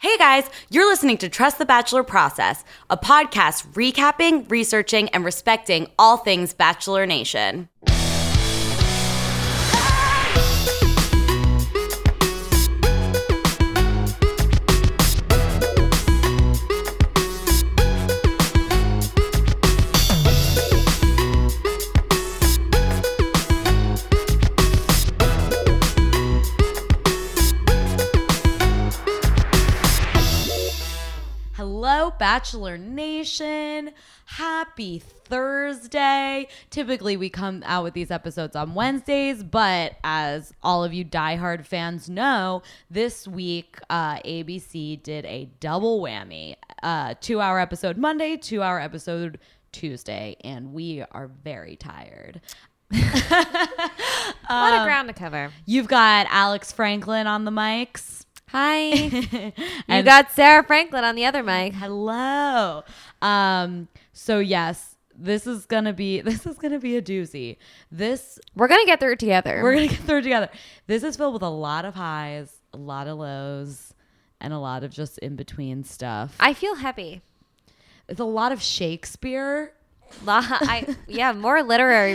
Hey guys, you're listening to Trust the Bachelor Process, a podcast recapping, researching, and respecting all things Bachelor Nation. Hello, Bachelor Nation. Happy Thursday. Typically, we come out with these episodes on Wednesdays, but as all of you diehard fans know, this week uh, ABC did a double whammy uh, two hour episode Monday, two hour episode Tuesday, and we are very tired. A lot of ground to cover. You've got Alex Franklin on the mics. Hi. you And- got Sarah Franklin on the other mic. Hello. Um, so yes, this is gonna be this is gonna be a doozy. This We're gonna get through it together. we're gonna get through together. This is filled with a lot of highs, a lot of lows, and a lot of just in between stuff. I feel heavy. it's a lot of Shakespeare. La- I, yeah, more literary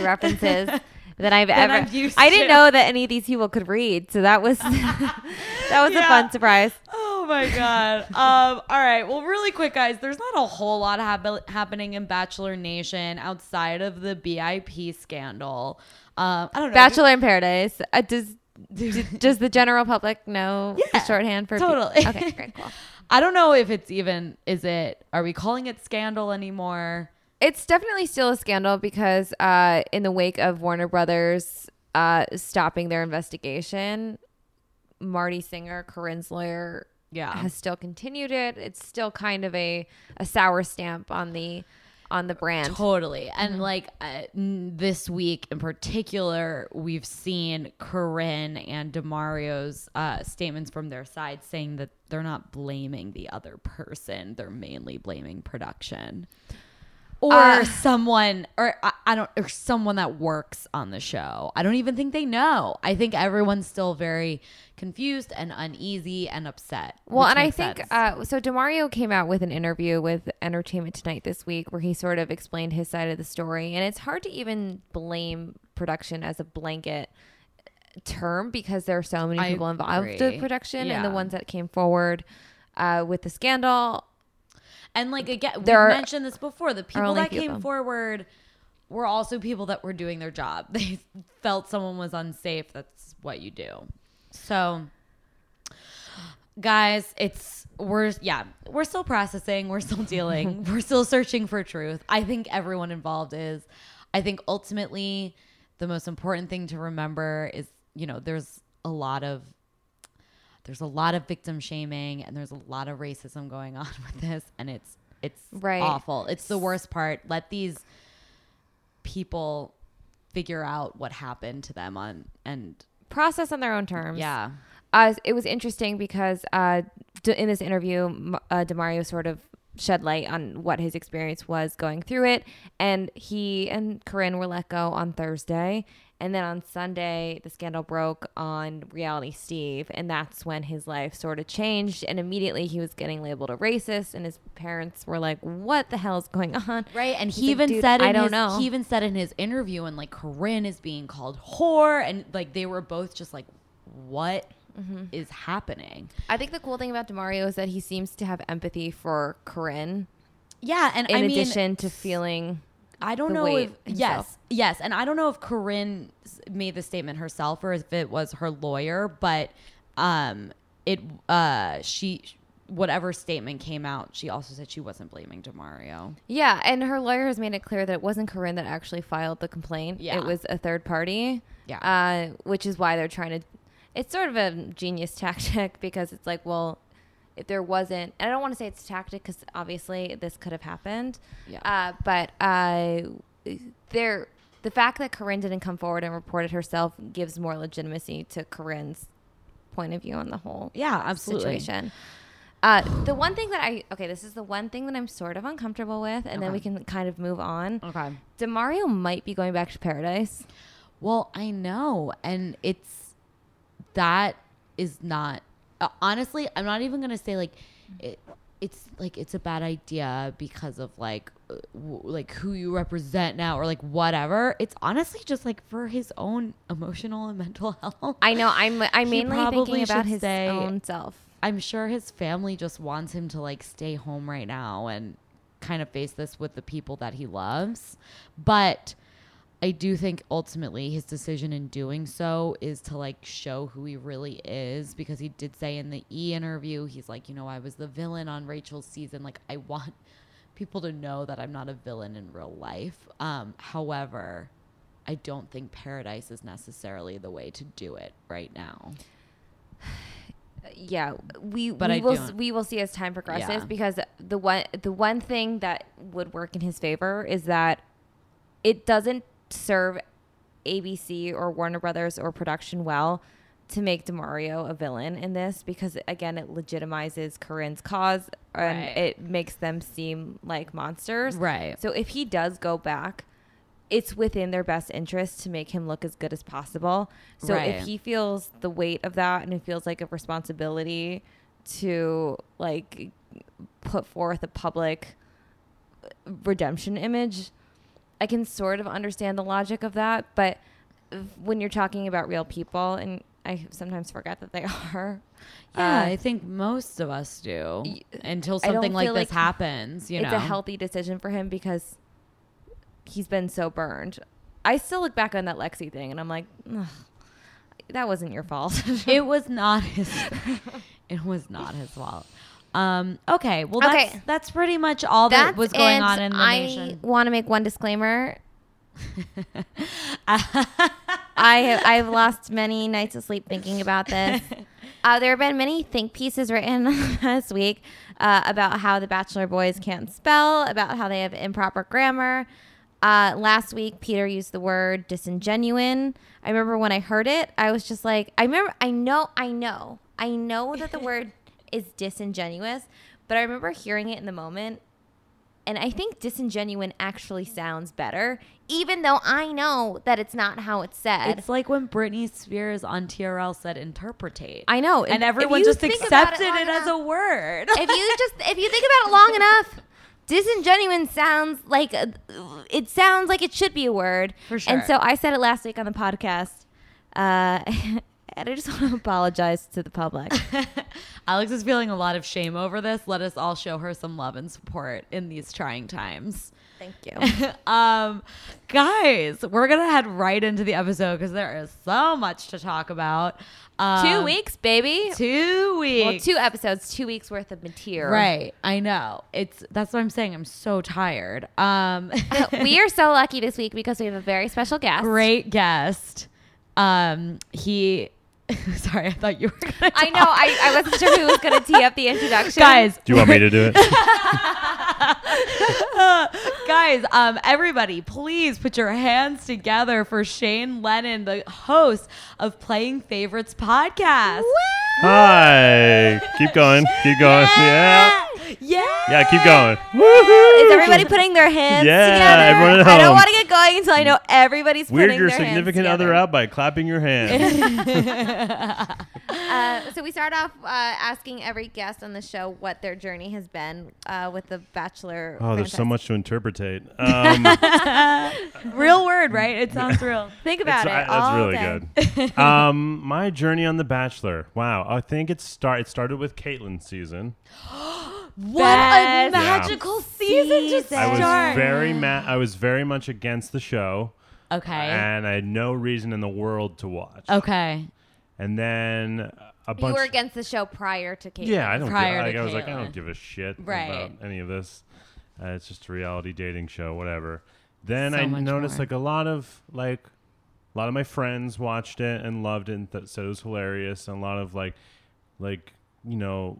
references than I've Than ever. I'm used I didn't to. know that any of these people could read, so that was that was Yeah. a fun surprise. Oh my god. um, all right. Well, really quick, guys. There's not a whole lot hap- happening in Bachelor Nation outside of the BIP scandal. Um, I don't know. Bachelor in Paradise. Uh, does d- does the general public know the Yeah, shorthand for totally. Okay, great, cool. I don't know if it's even is it are we calling it scandal anymore? It's definitely still a scandal because uh, in the wake of Warner Brothers uh, stopping their investigation, Marty Singer, Corinne's lawyer, Yeah. has still continued it. It's still kind of a, a sour stamp on the on the brand. Totally. Mm-hmm. And like uh, n- this week in particular, we've seen Corinne and DeMario's uh, statements from their side saying that they're not blaming the other person. They're mainly blaming production or Uh, someone or I, I don't or someone that works on the show. I don't even think they know. I think everyone's still very confused and uneasy and upset. Well, which and I makes think sense. uh, so. Demario came out with an interview with Entertainment Tonight this week, where he sort of explained his side of the story, and it's hard to even blame production as a blanket term because there are so many I people involved agree. with production, and the Yeah. ones that came forward uh, with the scandal And like again, we There are- mentioned this before. The people only that few of came them. forward were also people that were doing their job. They felt someone was unsafe. That's what you do. So, guys, it's we're yeah, we're still processing. We're still dealing. we're still searching for truth. I think everyone involved is. I think ultimately, the most important thing to remember is you know there's a lot of there's a lot of victim shaming and there's a lot of racism going on with this and it's it's Right. awful it's the worst part let these people figure out what happened to them on and process on their own terms. yeah uh, it was interesting because uh, d- in this interview, M- uh, Demario sort of shed light on what his experience was going through it, and he and Corinne were let go on Thursday, and then on Sunday the scandal broke on Reality Steve, and that's when his life sort of changed, and immediately he was getting labeled a racist, and his parents were like, "What the hell is going on?" right and He's he like, even "Dude, said in I don't his, know." he even said in his interview and like corinne is being called whore and like they were both just like what is happening I think the cool thing about Demario is that he seems to have empathy for Corinne, yeah and in i mean addition to feeling. I don't the know if weight yes, himself. yes, and I don't know if Corinne s- made the statement herself or if it was her lawyer, but um, it uh, she whatever statement came out, she also said she wasn't blaming Demario. Yeah, and her lawyer has made it clear that it wasn't Corinne that actually filed the complaint. Yeah. It was a third party. Yeah. Uh, which is why they're trying to. It's sort of a genius tactic because it's like, well, if there wasn't, and I don't want to say it's tactic because obviously this could have happened. Yeah. Uh, but uh, there, the fact that Corinne didn't come forward and report it herself gives more legitimacy to Corinne's point of view on the whole Yeah, absolutely. situation. Uh, the one thing that I okay, this is the one thing that I'm sort of uncomfortable with, and then we Okay. can kind of move on. Okay. Demario might be going back to paradise. Well, I know, and it's that is not. uh, honestly, I'm not even gonna say like it, it's like it's a bad idea because of like uh, w- like who you represent now or like whatever. It's honestly just like for his own emotional and mental health. I know. I'm. I'm He mainly probably thinking about should his say- own self. I'm sure his family just wants him to like stay home right now and kind of face this with the people that he loves. But I do think ultimately his decision in doing so is to like show who he really is because he did say in the E interview, he's like, you know, I was the villain on Rachel's season. Like, I want people to know that I'm not a villain in real life. Um, however, I don't think paradise is necessarily the way to do it right now. yeah we But we I will don't- s- we will see as time progresses Yeah. because the one the one thing that would work in his favor is that it doesn't serve ABC or Warner Brothers or production well to make Demario a villain in this because again it legitimizes Corinne's cause and Right. it makes them seem like monsters. Right. So if he does go back, it's within their best interest to make him look as good as possible. So Right. if he feels the weight of that and it feels like a responsibility to like put forth a public redemption image, I can sort of understand the logic of that, but when you're talking about real people and I sometimes forget that they are. Yeah, uh, I think most of us do y- until I don't something like feel this like happens. You it's know, a healthy decision for him because he's been so burned. I still look back on that Lexi thing and I'm like, "Ugh, that wasn't your fault. It was not his. it was not his fault. Um, okay, well, that's Okay. that's pretty much all that That's was going it. on in the I nation. want to make one disclaimer. I have I've lost many nights of sleep thinking about this. Uh, there have been many think pieces written this week uh, about how the Bachelor boys can't spell, about how they have improper grammar. Uh, last week, Peter used the word disingenuine. I remember when I heard it, I was just like, I remember, I know, I know, I know that the word is disingenuous, but I remember hearing it in the moment and I think disingenuine actually sounds better, even though I know that it's not how it's said. It's like when Britney Spears on TRL said "interpretate," I know, and if everyone you just think about accepted it, long as a enough- word. if you just if you think about it long enough, disingenuine sounds like a, it sounds like it should be a word. For sure. And so I said it last week on the podcast, uh, and I just want to apologize to the public. Alex is feeling a lot of shame over this. Let us all show her some love and support in these trying times. Thank you. um, guys, we're gonna head right into the episode because there is so much to talk about. Um, two weeks, baby. Two well, weeks. two episodes, two weeks worth of material. Right, I know. It's that's what I'm saying. I'm so tired. Um, we are so lucky this week because we have a very special guest. great guest. Um, he. Sorry, I thought you were. Gonna I know. I, I wasn't sure who was going to tee up the introduction. guys, Do you want me to do it? guys, um, everybody, please put your hands together for Shane Lennon, the host of Playing Favorites podcast. Hi. Keep going. Keep going. Yeah. Yeah. Yeah, keep going. Woohoo. Is everybody putting their hands Yeah, together? everyone at I don't home. want to get going until I know everybody's Weird putting your their hands significant together. other out by clapping your hands. Uh, so we start off uh, asking every guest on the show what their journey has been uh, with the Bachelor. Oh, there's franchise. so much to interpretate. Um, it's- Real word, right? It sounds real. Think about I- it. that's all really day. good. Um, my journey on The Bachelor. Wow. I think it start it started with Caitlin's season. What Best a magical season to season. I was start. very ma- I was very much against the show, okay. and I had no reason in the world to watch. Okay. And then You a bunch. were against the show prior to Kate. Yeah, I don't. Give, prior like, to I was like, I Caitlyn. don't give a shit Right. about any of this. Uh, it's just a reality dating show, whatever. Then So I much noticed more. like a lot of like a lot of my friends watched it and loved it and th- said it was hilarious, and a lot of like like you know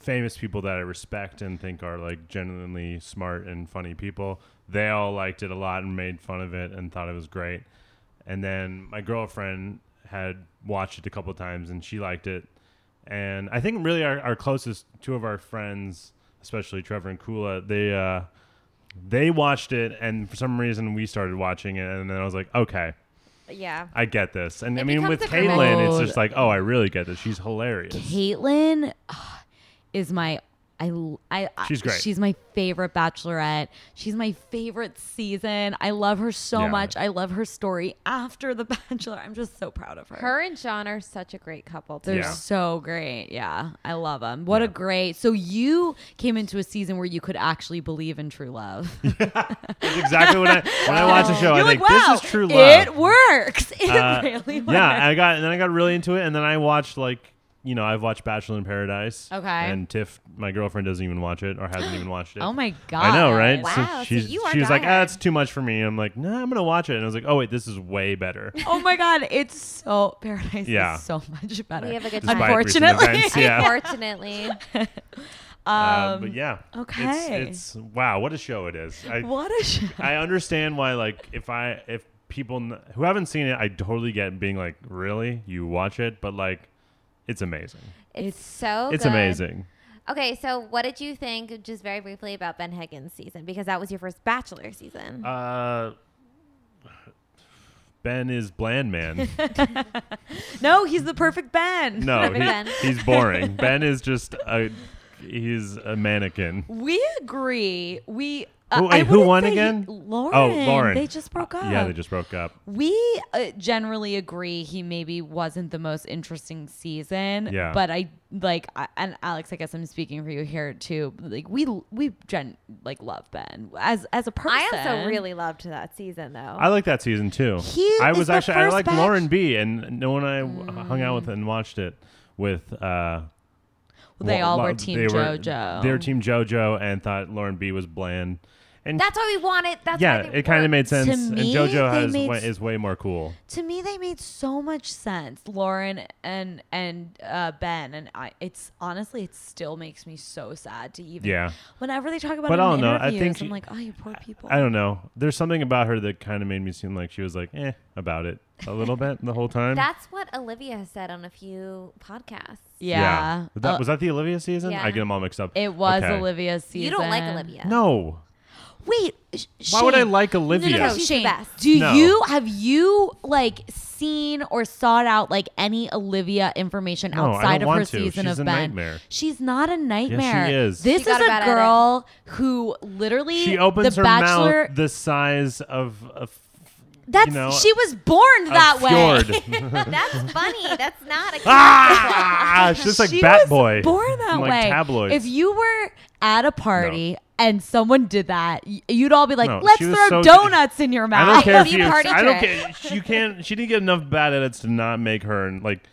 famous people that I respect and think are like genuinely smart and funny people. They all liked it a lot and made fun of it and thought it was great. And then my girlfriend had watched it a couple times and she liked it. And I think really our, our closest two of our friends, especially Trevor and Kula, they uh, they watched it and for some reason we started watching it and then I was like, okay, yeah. I get this. And I It mean, becomes with a commitment. Caitlyn, it's just like, oh, I really get this. She's hilarious. Caitlyn ah, is my I, l- I- I- She's great. She's my favorite bachelorette. She's my favorite season. I love her so Yeah. much. I love her story after the bachelor. I'm just so proud of her. Her and Sean are such a great couple. They're Too. Yeah. so great. Yeah. I love them. What a Yeah. great. So you came into a season where you could actually believe in true love. That's exactly what I when I watch a show. I You're think like, wow, this is true love. It works. It Uh, really works. yeah, and I got and then I got really into it, and then I watched like you know I've watched Bachelor in Paradise. Okay. And Tiff, my girlfriend, doesn't even watch it or hasn't even watched it. Oh my god. I know, right? Wow, so she's, you are she was like, ah, diehard. it's too much for me. I'm like, no, nah, I'm gonna watch it. And I was like, oh wait, this is way better. Oh my god, it's so paradise Yeah. is so much better. We have a good time. Despite recent Unfortunately. events, yeah. Unfortunately, Uh, Um, but yeah. okay. It's, it's wow, what a show it is. I, What a show. I understand why, like, if I if people n- who haven't seen it, I totally get being like, really, you watch it, but like, it's amazing. it's so it's Oh, good. amazing. Okay, so what did you think, just very briefly, about Ben Higgins' season? Because that was your first Bachelor season. Uh, ben is bland man. No, he's the perfect Ben. No, Perfect Oh, he- Ben. he's boring. Ben is just a he's a mannequin. We agree. We uh, Who- I wait, who wouldn't won say he- again? Lauren. Oh, Lauren. They just broke up. Yeah, they just broke up. We uh, generally agree he maybe wasn't the most interesting season. Yeah. But I like I, and Alex, I guess I'm speaking for you here too. Like we we gen like love Ben as as a person. I also really loved that season, though. I like that season too. He I is was the actually I first liked batch- Mm. Lauren B. And no one I w- hung out with and watched it with. Uh, they Wa- all Wa- were team they JoJo. They were team JoJo and thought Lauren B was bland. And that's why we wanted. That's yeah, why it kind of made sense. To and me, JoJo they has made way, s- is way more cool. to me they made so much sense lauren and and uh, ben and i it's honestly it still makes me so sad to even Yeah. whenever they talk about But it I in don't know. I interviews think i'm she- like oh you poor people I don't know. There's something about her that kind of made me seem like she was like eh about it a little bit the whole time. That's what Olivia said on a few podcasts. yeah, Was That, Uh, was that the Olivia season? Yeah. I get them all mixed up. it was Okay. olivia's season You don't like Olivia. No. wait sh- Why would I Shane. like Olivia? No, no, no, She's the Shane. best. Do No. you have you like seen or sought out like any Olivia information No, I outside don't of her want to. season She's of a Ben? nightmare. She's not a nightmare. is. This She is got a a bad edit. girl who literally She opens the her bachelor. mouth the size of a, f- that's you know, she was born a that way. fjord. That's funny. That's not a. ah! It's just like she Bat was Boy. born that From, like way. Tabloids. If you were at a party. And someone did that, y- you'd all be like, No, "Let's she was throw so- donuts in your I mouth." don't care if Be you. party I don't care. trick. You can't. She didn't get enough bad edits to not make her like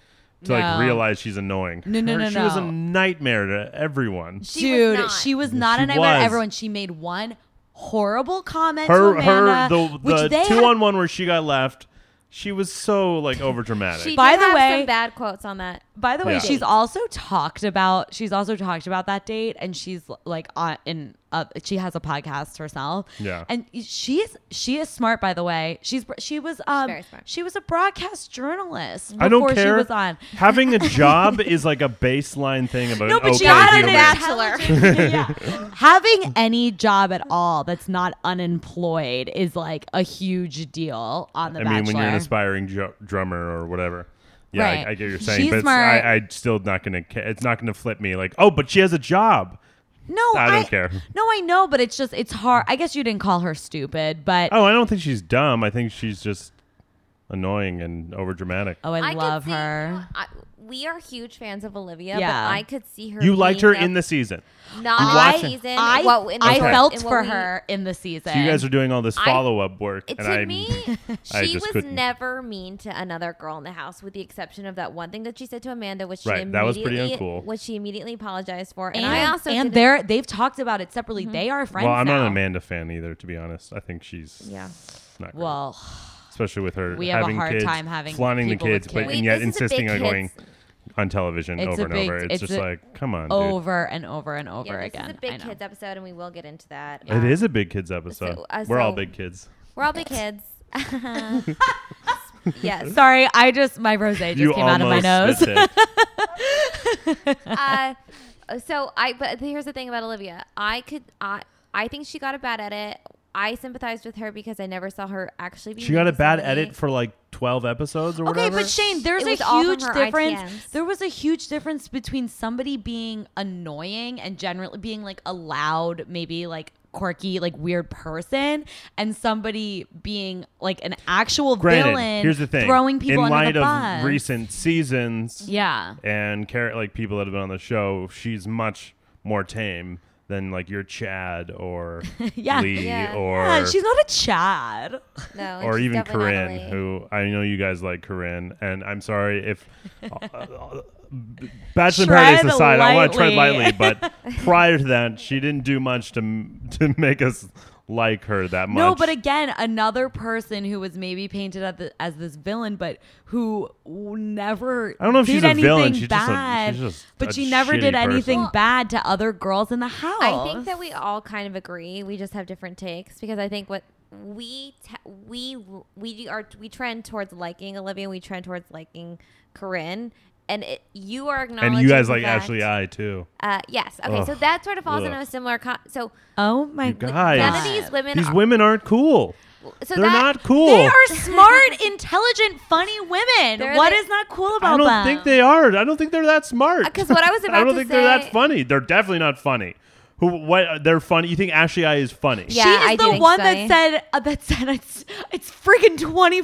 to No. like realize she's annoying. No, no, Her- no, She was a no. nightmare to everyone. She was Dude, not. she was not She a nightmare. to was. Everyone, she made one horrible comment Her, to Amanda, her, which the they the two had- on one where she got left. She was so like over dramatic. She By did the have way- some bad quotes on that. By the way, Yeah. she's also talked about she's also talked about that date, and she's like on in uh, she has a podcast herself. Yeah. and she's she is smart. By the way, she's she was um very smart. she was a broadcast journalist before I don't care. she was on. Having a job is like a baseline thing about No, but okay she had an human. Bachelor. intelligent- yeah. Having any job at all that's not unemployed is like a huge deal on the I Bachelor. mean, when you're an aspiring jo- drummer or whatever. Yeah, Right. I, I get what you're saying, She's but it's, smart. I, I still not gonna. ca- It's not gonna flip me like, oh, but she has a job. No, I don't care. No, I know, but it's just it's hard. I guess you didn't call her stupid, but oh, Oh, I don't think she's dumb. I think she's just annoying and overdramatic. oh, I, could love see- you know, her. I, we are huge fans of Olivia, Yeah. but I could see her. you liked her being in a- the season. not You I, watched her- season. I what, in I what- felt in what for we- her in the season. You guys are doing all this I- follow up work, It, and to I me, I she just was couldn't. never mean to another girl in the house, with the exception of that one thing that she said to Amanda, which she Right, that was pretty immediately- uncool. Which she immediately apologized for, and, and, I also and didn't- Mm-hmm. they're they've talked about it separately. They are friends. well, I'm not now. an Amanda fan either, to be honest. I think she's yeah. not great, Well, especially with her we have a having hard kids, time having flaunting the people with kids, but kids. and Wait, yet this is a insisting big on going kids- on television It's over a and big- over. It's, it's just a- like, come on, dude. over and over and over Yeah, this again. is a I big know. kids episode, and we will get into that. It Um, is a big kids episode. so- uh, We're all so- big kids. We're all big kids. yes. Sorry, I just my rosé just you came out of my almost nose. did it. uh, so I but here's the thing about Olivia. I could I I think she got a bad edit. I sympathized with her because I never saw her actually be She got mean a to bad somebody. edit for like twelve episodes or whatever. Okay, but Shane, there's It was a all from huge her difference. ITMs. There was a huge difference between somebody being annoying and generally being like a loud, maybe like quirky, like weird person, and somebody being like an actual Granted, villain. here's the thing: throwing people in under light the of bus. recent seasons yeah. and car- like people that have been on the show, she's much more tame than like your Chad or Yeah. Lee Yeah. or yeah, she's not a Chad. No, or she's definitely even not Corinne, Ellie. who I know you guys like Corinne, and I'm sorry if uh, Bachelor Tread in Paradise aside, I want to tread lightly. lightly, but prior to that, she didn't do much to to make us like her that much. No, but again, another person who was maybe painted at the, as this villain, but who w- never I don't know if did she's a anything villain. She's just a- bad, she's just a but she never shitty did anything person. bad to other girls in the house. I think that we all kind of agree. We just have different takes because I think what we t- we we are we trend towards liking Olivia. We trend towards liking Corinne, and it, you are acknowledging and you guys the like fact- Ashley I too. Uh, yes. Okay. So Ugh. that sort of falls into Ugh. a similar. Con- so oh my You guys. none god, of these women. These are, women aren't cool. So They're that, not cool. They are smart, intelligent, funny women. They're What the- is not cool about I don't them? think they are. I don't think they're that smart. Uh, 'Cause what I was I about don't to think they're say- that funny. They're definitely not funny. Who? What? They're funny. You think Ashley I is funny? Yeah, she is I do the think one so. that said uh, that said it's it's friggin'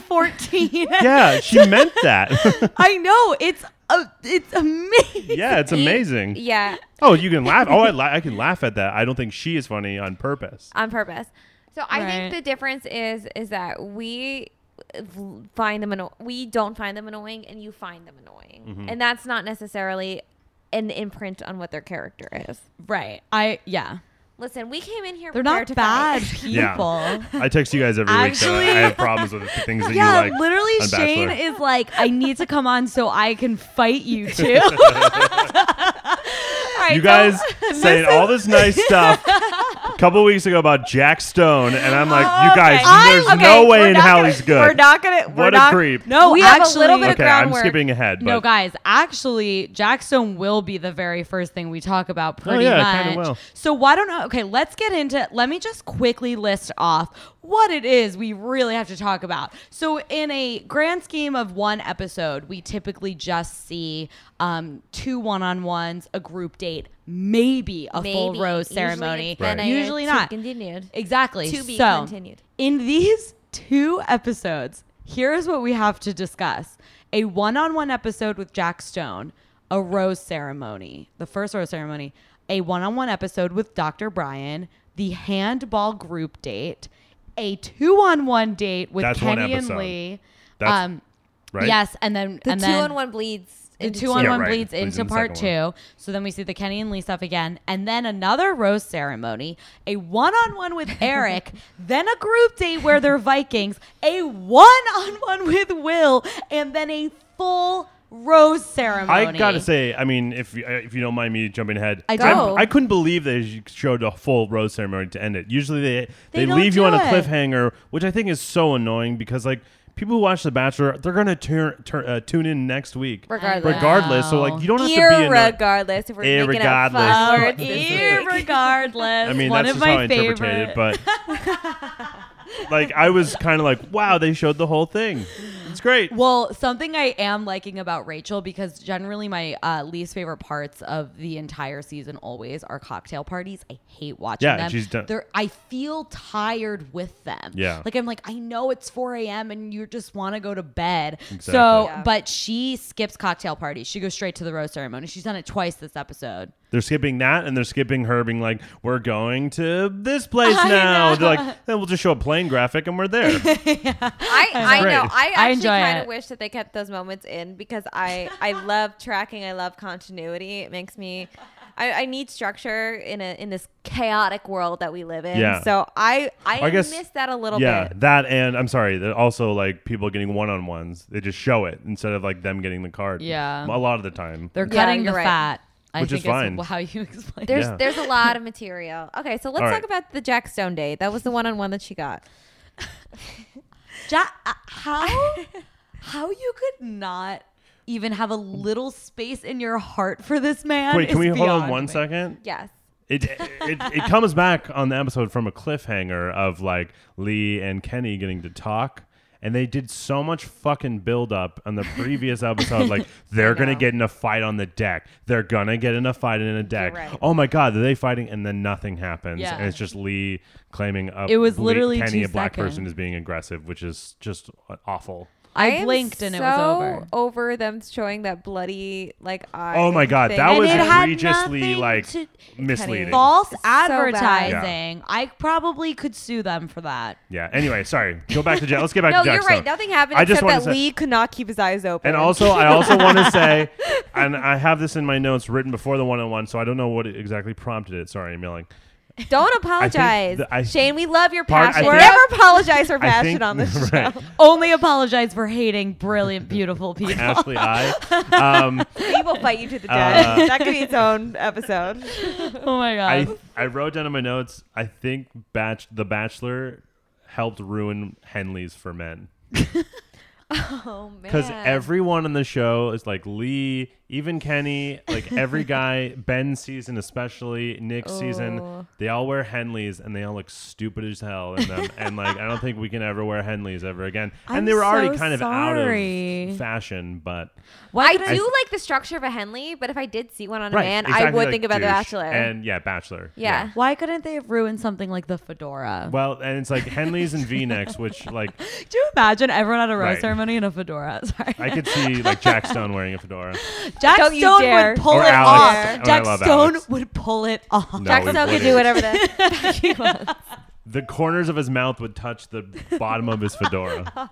2014. Yeah, she meant that. I know it's uh, it's amazing. yeah, it's amazing. Yeah, Oh, you can laugh. Oh, I, la- I can laugh at that. I don't think she is funny on purpose. on purpose. So I Right. think the difference is is that we v- find them anno- we don't find them annoying and you find them annoying. Mm-hmm. And that's not necessarily an imprint on what their character is. Right. I yeah. Listen, we came in here They're prepared not to bad fight. people. Yeah. I text you guys every week. Actually- That I have problems with the things that Yeah, you like. literally, on Shane Bachelor. is like, I need to come on so I can fight you too. All right, You so- guys saying all this nice stuff a couple weeks ago about Jack Stone, and I'm like, you guys, I- there's okay, no we're way in not hell gonna- he's good. We're not gonna. We're What a not, creep. No, We have a actually, little bit of okay, I'm groundwork. skipping ahead. But no, guys. Actually, Jackstone will be the very first thing we talk about, pretty yeah, it kinda much. will. So why don't I? Okay, let's get into. Let me just quickly list off what it is we really have to talk about. So in a grand scheme of one episode, we typically just see um, two one-on-ones, a group date, maybe a full Maybe. rose Usually it's ceremony. then Right. I- Usually to not. Continued. Exactly. To be so, continued. In these two episodes, here's what we have to discuss a one on one episode with Jack Stone, a rose ceremony, the first rose ceremony, a one on one episode with Dr. Brian, the handball group date, a two on one date with That's one Kenny and episode. Lee. Um, That's- right? Yes, and then The and two then on one bleeds. the into two on Yeah, one right. bleeds Bleeds into into the part two. second So then we see the Kenny and Lee stuff again, and then another rose ceremony, a one on one with Eric, then a group date where they're Vikings, a one on one with Will, and then a full rose ceremony. I gotta say, I mean, if you- if you don't mind me jumping ahead, I I'm- don't. I couldn't believe they showed a full rose ceremony to end it. Usually they They they, don't leave you do on a it. cliffhanger, which I think is so annoying because like people who watch The Bachelor, they're gonna turn tur- uh, tune in next week Regardless. regardless. So like you don't have to be. Annoying. Irregardless, if we're making up Irregardless. fun Oh, words this week. irregardless, I mean, one that's of just how my I favorite. interpreted it, but. like I was kind of like, wow, they showed the whole thing. It's great. Well, something I am liking about Rachel because generally my uh, least favorite parts of the entire season always are cocktail parties. I hate watching Yeah, them. she's done- They're, I feel tired with them. Yeah. Like I'm like, I know it's 4 a.m. and you just want to go to bed. Exactly. So, Yeah. but she skips cocktail parties. She goes straight to the rose ceremony. She's done it twice this episode. They're skipping that and they're skipping her being like, we're going to this place I now. know. They're like, then we'll just show a plane graphic and we're there. I, I Great. know. I I actually enjoy kind it. of wish that they kept those moments in because I I love tracking. I love continuity. It makes me. I, I need structure in a in this chaotic world that we live in. Yeah. So I I, I guess- miss that a little yeah, bit. that and I'm sorry, that also like people getting one on ones. They just show it instead of like them getting the card. Yeah. A lot of the time. They're Yeah, cutting you're the right. fat. I Which is think fine. is how you explain it. There's Yeah. there's a lot of material. Okay, so let's All talk right. about the Jack Stone date. That was the one on one that she got. Ja- uh, how how you could not even have a little space in your heart for this man? Wait, can is we hold on beyond one me. second? Yes. It, it it comes back on the episode from a cliffhanger of like Lee and Kenny getting to talk. and they did so much fucking build up on the previous episode like they're gonna know. get in a fight on the deck they're gonna get in a fight in a deck right. oh my god are they fighting and then nothing happens Yeah. and it's just lee claiming a It was ble- literally Kenny two a black seconds. person is being aggressive which is just awful I, am blinked and it was so over. Over them showing that bloody like eye. Oh my God, thing. that And was it had egregiously nothing like to- misleading. False bad. advertising. I probably could sue them for that. Yeah. Anyway, sorry. Go back to Jack. Let's get back No, to Jack. you're right. Stone. Nothing happened I just except wanna that say- Lee could not keep his eyes open. And also, I also want to say, and I have this in my notes written before the one-on-one, so I don't know what exactly prompted it. Sorry, emailing. don't apologize, the- I- Shane. We love your Part- I passion. think- Never apologize for I passion think on this show. right, Only apologize for hating brilliant, beautiful people. Ashley, I. Um, We will fight you to the death. Uh, that could be its own episode. oh my I god. I wrote down in my notes. I think Batch the Bachelor helped ruin Henley's for men. Oh man. because everyone on the show is like Lee, even Kenny, like every guy, Ben's season especially, Nick's season, Ooh. they all wear Henleys and they all look stupid as hell in them. and like, I don't think we can ever wear Henleys ever again. And I'm they were already so kind of out sorry. of fashion, but Why I did I, do like the structure of a Henley, but if I did see one on a right, man, I exactly would like think about The douche. Bachelor. and yeah, Bachelor, yeah. why couldn't they have ruined something like the fedora? Well, and it's like Henleys and V-necks, which like Do you imagine everyone at a rose Right. ceremony in a fedora? Sorry. I could see like Jack Stone wearing a fedora. Jack Don't you Stone dare. would pull Or it Alex. Oh, I off. Jack love Stone Alex. would pull it off. No, Jack it Snow could wouldn't. do whatever the fuck he wants. The corners of his mouth would touch the bottom of his fedora.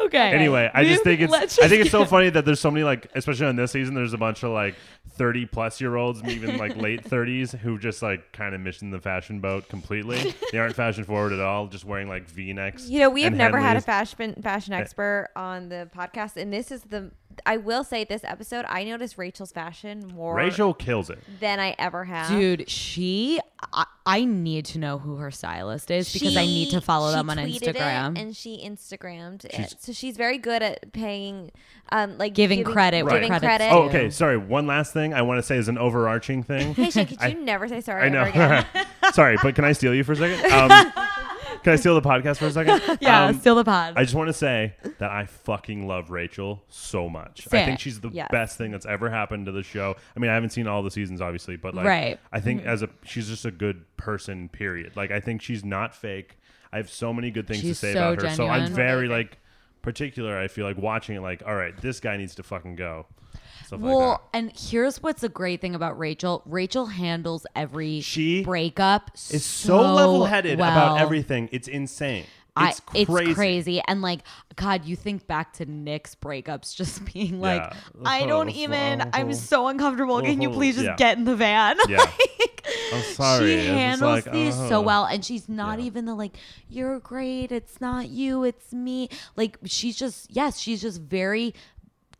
Okay. Anyway, I We've- just think it's let's I just think it's so get- funny that there's so many like especially on this season there's a bunch of like 30 plus year olds and even like late 30s who just like kind of missing the fashion boat completely. they aren't fashion forward at all, just wearing like V-necks. You know, we have and never had a Henleys. Eh. fashion fashion expert on the podcast, and this is the. I will say this episode, I noticed Rachel's fashion more Rachel kills it. than I ever have. Dude, she, I, I need to know who her stylist is because I need to She- follow she them on tweeted it Instagram. and she Instagrammed it. She's- so she's very good at paying, um, like Giving credit where giving credit's credit. due. Oh, okay, sorry. One last thing I want to say is an overarching thing. Hey, Shane, could you I- never say sorry I know. ever Um, again? sorry, but can I steal you for a second? Um, can I steal the podcast for a second? yeah, Um, still the pod. I just want to say that I fucking love Rachel so much. I Same. think she's the Yes. best thing that's ever happened to the show. I mean, I haven't seen all the seasons, obviously, but like, Right. I think as a she's just a good person. Period. Like, I think she's not fake. I have so many good things She's to say so about her. So I'm genuine. very like particular. I feel like watching it. Like, all right, this guy needs to fucking go. Stuff well, like that. and here's what's a great thing about Rachel. Rachel handles every She breakup It's so, level-headed about well. everything. It's insane. I- It's crazy. And like, God, you think back to Nick's breakups just being like, Yeah. I don't even, I'm so uncomfortable. Can you please just Yeah. get in the van? Yeah. Like, I'm sorry. She It's handles like, these oh. so well. And she's not Yeah. even the like, you're great. It's not you. It's me. Like, she's just, yes, she's just very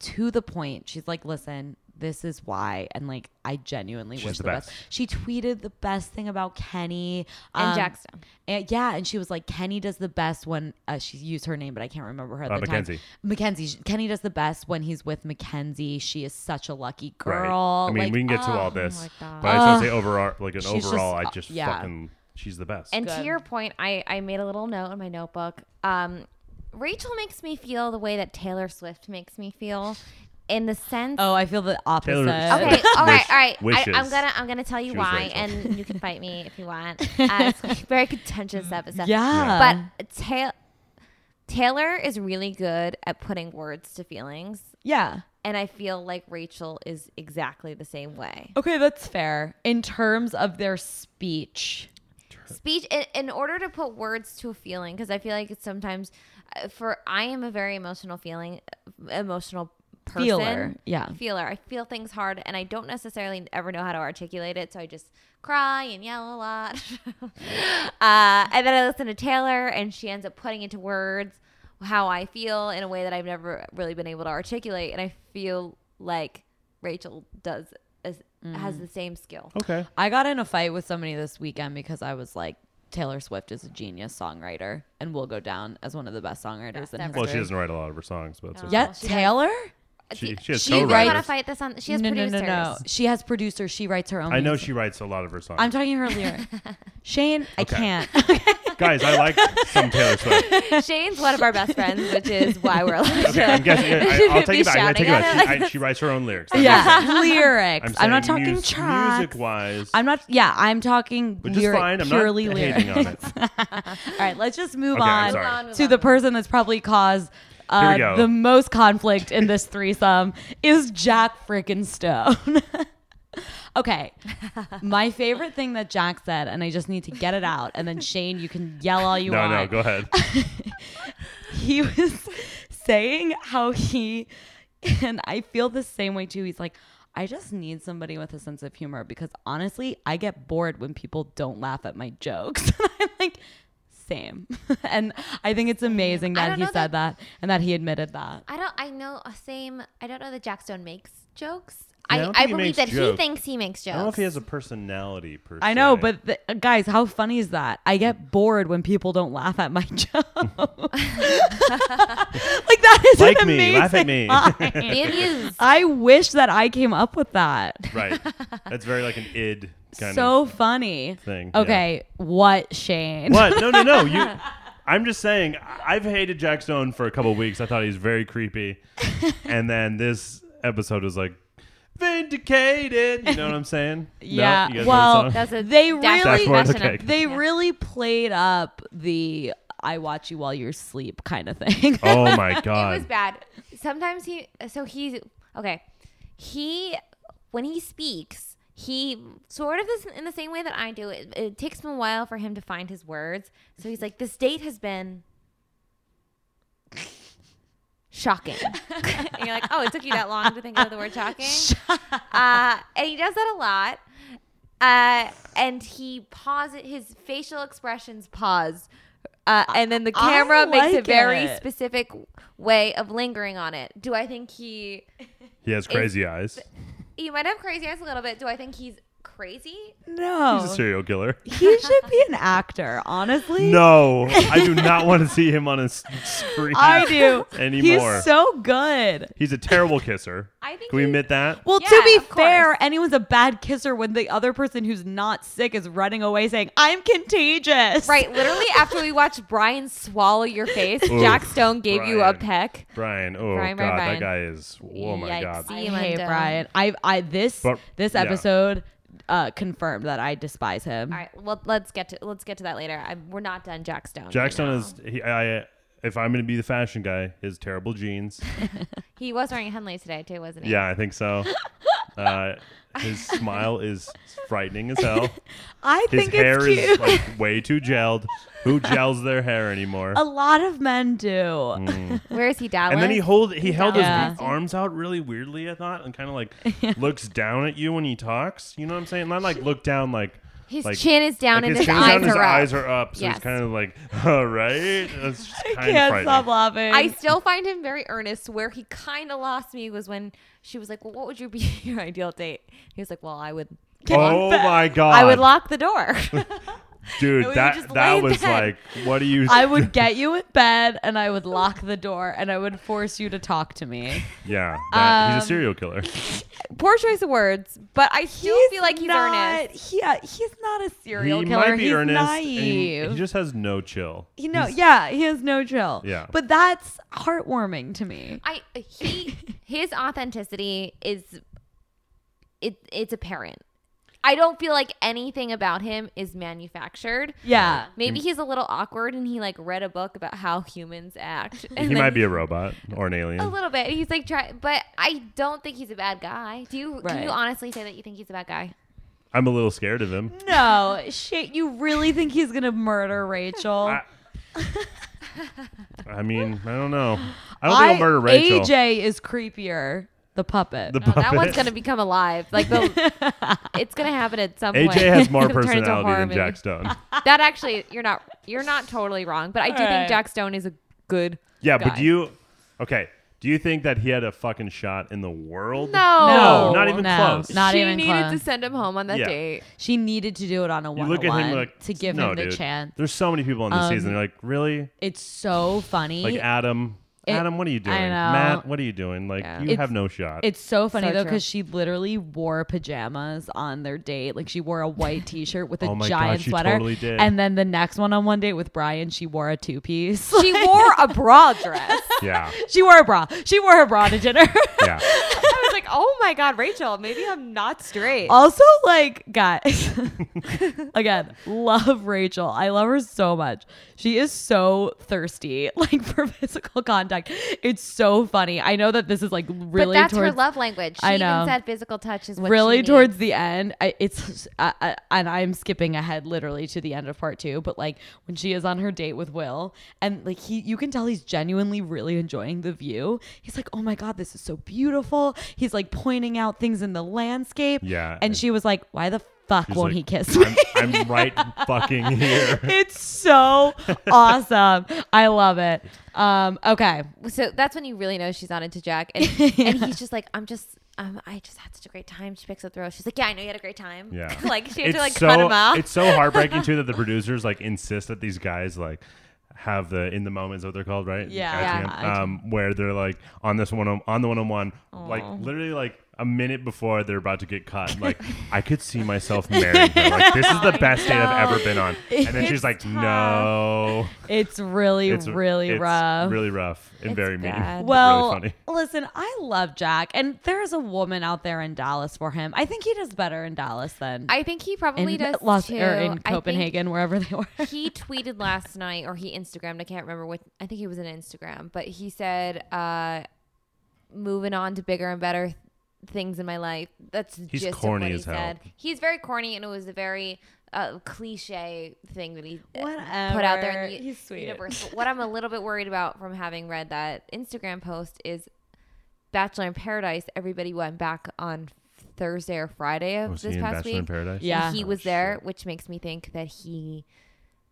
to the point. She's like, listen, this is why. And like, I genuinely wish the the best. best. She tweeted the best thing about Kenny And um, Jack Stone. and- yeah, and she was like, Kenny does the best when uh, she used her name, but I can't remember her at Uh, the Mackenzie. time. Mackenzie. She- Kenny does the best when he's with Mackenzie. She is such a lucky Right. girl. I mean, Like, we can get to all oh, this, my God. but I just want to say overall, like an she's overall, just- uh, I just yeah. fucking she's the best. And to Good. your point, I, I made a little note in my notebook. Um, Rachel makes me feel the way that Taylor Swift makes me feel, in the sense. Oh, I feel the opposite. Taylor Okay. Wish- all right. All right. wishes. I, I'm gonna. I'm gonna tell you She was why, Rachel. and you can fight me if you want. Uh, it's a very contentious episode. But Yeah. Taylor, Taylor is really good at putting words to feelings, yeah. and I feel like Rachel is exactly the same way. Okay, that's fair. In terms of their speech. speech in, in order to put words to a feeling because i feel like it's sometimes uh, for i am a very emotional feeling uh, emotional person Feeler, yeah. feeler i feel things hard and i don't necessarily ever know how to articulate it so i just cry and yell a lot uh, and then i listen to taylor and she ends up putting into words how i feel in a way that i've never really been able to articulate and i feel like rachel does as, Mm. has the same skill okay, I got in a fight with somebody this weekend because I was like, Taylor Swift is a genius songwriter and will go down as one of the best songwriters in ever. history. well, she doesn't write a lot of her songs, but it's No. okay. Yeah, Well, Oh, Taylor? she does. she, she has she She writes- doesn't want co-writers. to fight this on. She has no, no, producers. no, no. She has producers. She writes her own I know music. she writes a lot of her songs. I'm talking her lyric. Shane, I Okay. can't. Guys, I like some Taylor Swift. Shane's one of our best friends, which is why we're like. Okay, I'm guessing. I, I'll take Be it back. I shouting take it back. at She, I, she writes her own lyrics. That makes sense. yeah, lyrics. I'm, I'm, not saying talking mus- tracks. Music-wise, I'm not. Yeah, I'm talking which is lyric- fine. I'm not purely hating lyrics. on it. All right, let's just move Okay, I'm on sorry. Move on, move to on. the person that's probably caused Here uh, we go. the most conflict in this threesome is Jack frickin' Stone. okay, my favorite thing that Jack said, and I just need to get it out, and then Shane, you can yell all you No, want. no, go ahead. he was saying how he and I feel the same way too. He's like, I just need somebody with a sense of humor because honestly, I get bored when people don't laugh at my jokes. And I'm like, same. and I think it's amazing I that don't he know said that and that he admitted that. I don't. I know a same. I don't know that Jack Stone makes jokes. Yeah, I don't I, I, think he believe makes that he jokes. thinks he makes jokes. I don't know if he has a personality per I know, se. but th- guys, how funny is that? I Mm. get bored when people don't laugh at my jokes. like that is Like an me, laugh at amazing me. line. it is. I wish that I came up with that. right. That's very like an id kind so of funny. thing. yeah. Okay, what Shane? What? No, no, no. You. I'm just saying. I- I've hated Jack Stone for a couple of weeks. I thought he was very creepy, and then this episode was like vindicated. You know what I'm saying? No? Yeah. You guys know the well, song? That's a they Dash- really Dashboard Dashboard Dashboard. okay. they really played up the I watch you while you're asleep kind of thing. oh my It was god. bad. Sometimes he. So he's okay. He, when he speaks, he sort of this in the same way that I do. It, it takes him a while for him to find his words. So he's like, "This date has been shocking." And you're like, oh, it took you that long to think of the word shocking. uh, and he does that a lot. Uh, and he pauses, his facial expressions pause. Uh, and then the I camera makes a like very it. specific way of lingering on it. Do I think he, He has crazy eyes. he might have crazy eyes a little bit. Do I think he's crazy? no. He's a serial killer. he should be an actor, honestly. No, I do not want to see him on a s- screen I do. anymore. He's so good. He's a terrible kisser. I think Can we he- admit that? Well, Yeah, to be of course. fair, anyone's a bad kisser when the other person who's not sick is running away saying, "I'm contagious." right. Literally, after we watched Brian swallow your face, Ooh, Jack Stone gave you a Brian. peck. Brian. Oh Brian, Brian, God, Brian. that guy is. Oh my Yikes. God. I See you, hate Linda. Brian. I I this But- this yeah. episode uh confirmed that I despise him. All right. Well, let's get to let's get to that later. I'm, we're not done, Jack Stone. Jack Stone is. He, I. If I'm gonna be the fashion guy, his terrible jeans. He was wearing Henley today too, wasn't he? yeah, I think so. Uh, his smile is frightening as hell. I His think it's hair cute. is like way too gelled. Who gels their hair anymore? A lot of men do. Mm, Where is he, Dallas? And then he hold he held his Yeah. arms out really weirdly, I thought, and kind of like looks down at you when he talks. You know what I'm saying? Not like look down like his like- chin is down like and his his, chin's eyes, down, his are eyes up. are up. So Yes. he's kind of like, all right. That's just kind I of can't frightening. stop laughing. I still find him very earnest. Where he kind of lost me was when she was like, "Well, what would you be your ideal date?" He was like, "Well, I would, Oh my god! I would lock the door." dude. would just lay That that in was bed. like, what do you? I would get you in bed and I would lock the door and I would force you to talk to me. yeah, that, he's Um, a serial killer. Poor choice of words, but I still feel like he's not, earnest. Yeah, he's not a serial He killer. might be he's earnest. and he, naive. he just has no chill. you know, He's- yeah, he has no chill. Yeah. But that's heartwarming to me. I he his authenticity is it it's apparent. I don't feel like anything about him is manufactured. Yeah. Mm. Maybe he's a little awkward and he like read a book about how humans act. And he might then- be a robot or an alien. a little bit. He's like try but I don't think he's a bad guy. Do you can Right. you honestly say that you think he's a bad guy? I'm a little scared of him. No, shit, you really think he's going to murder Rachel? I, I mean, I don't know. I don't think I'll murder Rachel. AJ is creepier. The puppet. the That puppet. one's gonna become alive. Like the, it's gonna happen at some AJ point. has more It's gonna turn into a personality horror than movie. Jack Stone. That actually, you're not you're not totally wrong, but I do Alright. think Jack Stone is a good. Yeah, but guy. do you okay? Do you think that he had a fucking shot in the world? No. no, not even No. close. Not she even needed close. to send him home on that Yeah. date. She needed to do it on a You one look at him like to give no, him the dude. chance. Um, There's so many people in the season. You're like, really? It's so funny. Like Adam. It- Adam, what are you doing? know. Matt, what are you doing? Like, Yeah. you It's- have no shot. It's so funny So though true. because she literally wore pajamas on their date. Like she wore a white T-shirt with a Oh my God, giant she sweater, totally did. and then the next one on one date with Brian, she wore a two-piece. She wore a bra dress. yeah. she wore a bra. She wore a bra to dinner. Yeah. I was like, oh my God, Rachel, maybe I'm not straight. also, like guys, again, love Rachel. I love her so much. She is so thirsty, like for physical contact. It's so funny. I know that this is like really but that's towards her love language. She I know. even said physical touch is what really she needs. towards the end I, it's uh, uh, and i'm skipping ahead literally to the end of part two but like when she is on her date with will and like he you can tell he's genuinely really enjoying the view he's like oh my god this is so beautiful he's like pointing out things in the landscape Yeah. and she was like why the fuck She's won't like, he kiss me I'm, I'm right fucking here. it's so awesome i love it um okay so that's when you really know she's on into Jack, and, and he's just like, I'm just, um, I just had such a great time. She picks up the rose. She's like, Yeah, I know you had a great time. Yeah. like she had It's to like so, cut him off. It's so heartbreaking too that the producers like insist that these guys like have the in the moments what they're called, right? Yeah. ITM, Yeah, ITM. um, where they're like on this one on the one on one, like literally like a minute before they're about to get cut. Like I could see myself marrying her. Like this is the best date I've ever been on. And then she's like, no, it's really really it's rough really rough and very mean. bad. but Well, really funny. listen, I love Jack, and there's a woman out there in Dallas for him. I think he does better in Dallas than I think he probably in does Los- too. or I in think Copenhagen, wherever they were. he tweeted last night or he Instagrammed. I can't remember what. I think he was on Instagram, but he said, uh, "Moving on to bigger and better th- things in my life." That's the He's gist of corny what he as hell. said. He's very corny, and it was a very uh, cliche thing that he uh, put out Whatever. there in the He's sweet. universe. But what I'm a little bit worried about from having read that Instagram post is Bachelor in Paradise. Everybody went back on Thursday or Friday of Was he this in past Bachelor week. in Paradise? Yeah. And he Oh, was shit. there, which makes me think that he,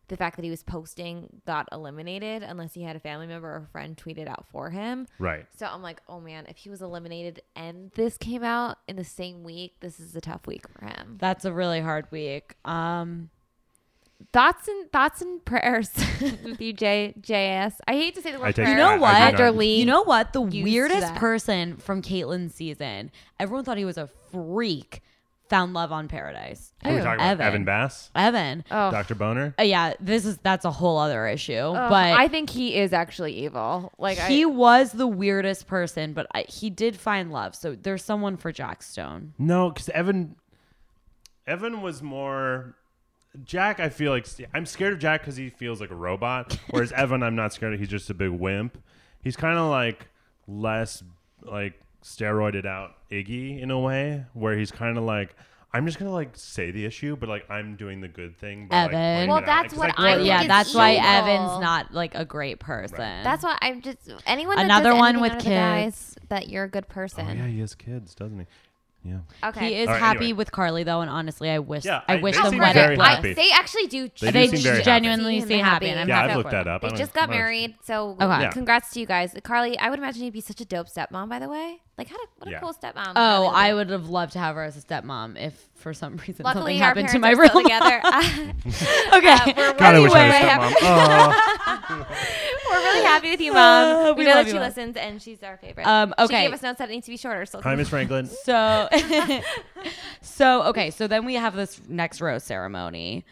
the fact that he was posting, got eliminated unless he had a family member or a friend tweet it out for him. Right. So I'm like, oh man, if he was eliminated and this came out in the same week, this is a tough week for him. That's a really hard week. Um, Thoughts and thoughts and prayers with you, J, JS. I hate to say the word I take prayer. You know I- I do what? not- Elderly. you know what? The to weirdest that. person from Caitlin's season. Everyone thought he was a freak. Found love on Paradise. Are we Ew. talking about Evan Bass? Evan. Oh, Dr. Boner? Uh, yeah, this is that's a whole other issue. oh, but I think he is actually evil. Like I, he was the weirdest person, but I, he did find love. So there's someone for Jack Stone. No, because Evan, Evan was more. Jack, I feel like I'm scared of Jack because he feels like a robot. Whereas Evan, I'm not scared of. He's just a big wimp. He's kind of like less like steroided out Iggy in a way, where he's kind of like. I'm just gonna like say the issue, but like I'm doing the good thing. By, like, Evan. pointing Well, it out. that's 'Cause, what like, I Well, think yeah, it's that's why evil. Evan's not like a great person. That's why I'm just anyone. That Another does one anything with out of the kids. guys that you're a good person. Oh yeah, he has kids, doesn't he? Yeah. Okay. he is All right, happy anyway. with Carly though, and honestly, I wish Yeah, I I- wish they them seem wedding. very luck. happy. I- they actually do. They They do seem very happy. genuinely Seem seem happy, and I'm Yeah, happy I've for looked that them. up. They I don't just know. got No, it's- married, so Okay. Yeah. congrats to you guys, Carly. I would imagine you'd be such a dope stepmom, by the way. Like, had a, what a Yeah. cool stepmom. Oh, I would have loved to have her as a stepmom if for some reason Luckily, something our happened parents to my are real still mom. together. Okay, God, I wish I Anyway. had a stepmom. Oh, We're really happy with you, mom. Uh, we, we know love that you, she Mom. listens, and she's our favorite. Um, She okay. gave us notes that it needs to be shorter. So hi, Miss Franklin. So, so okay. So then we have this next rose ceremony.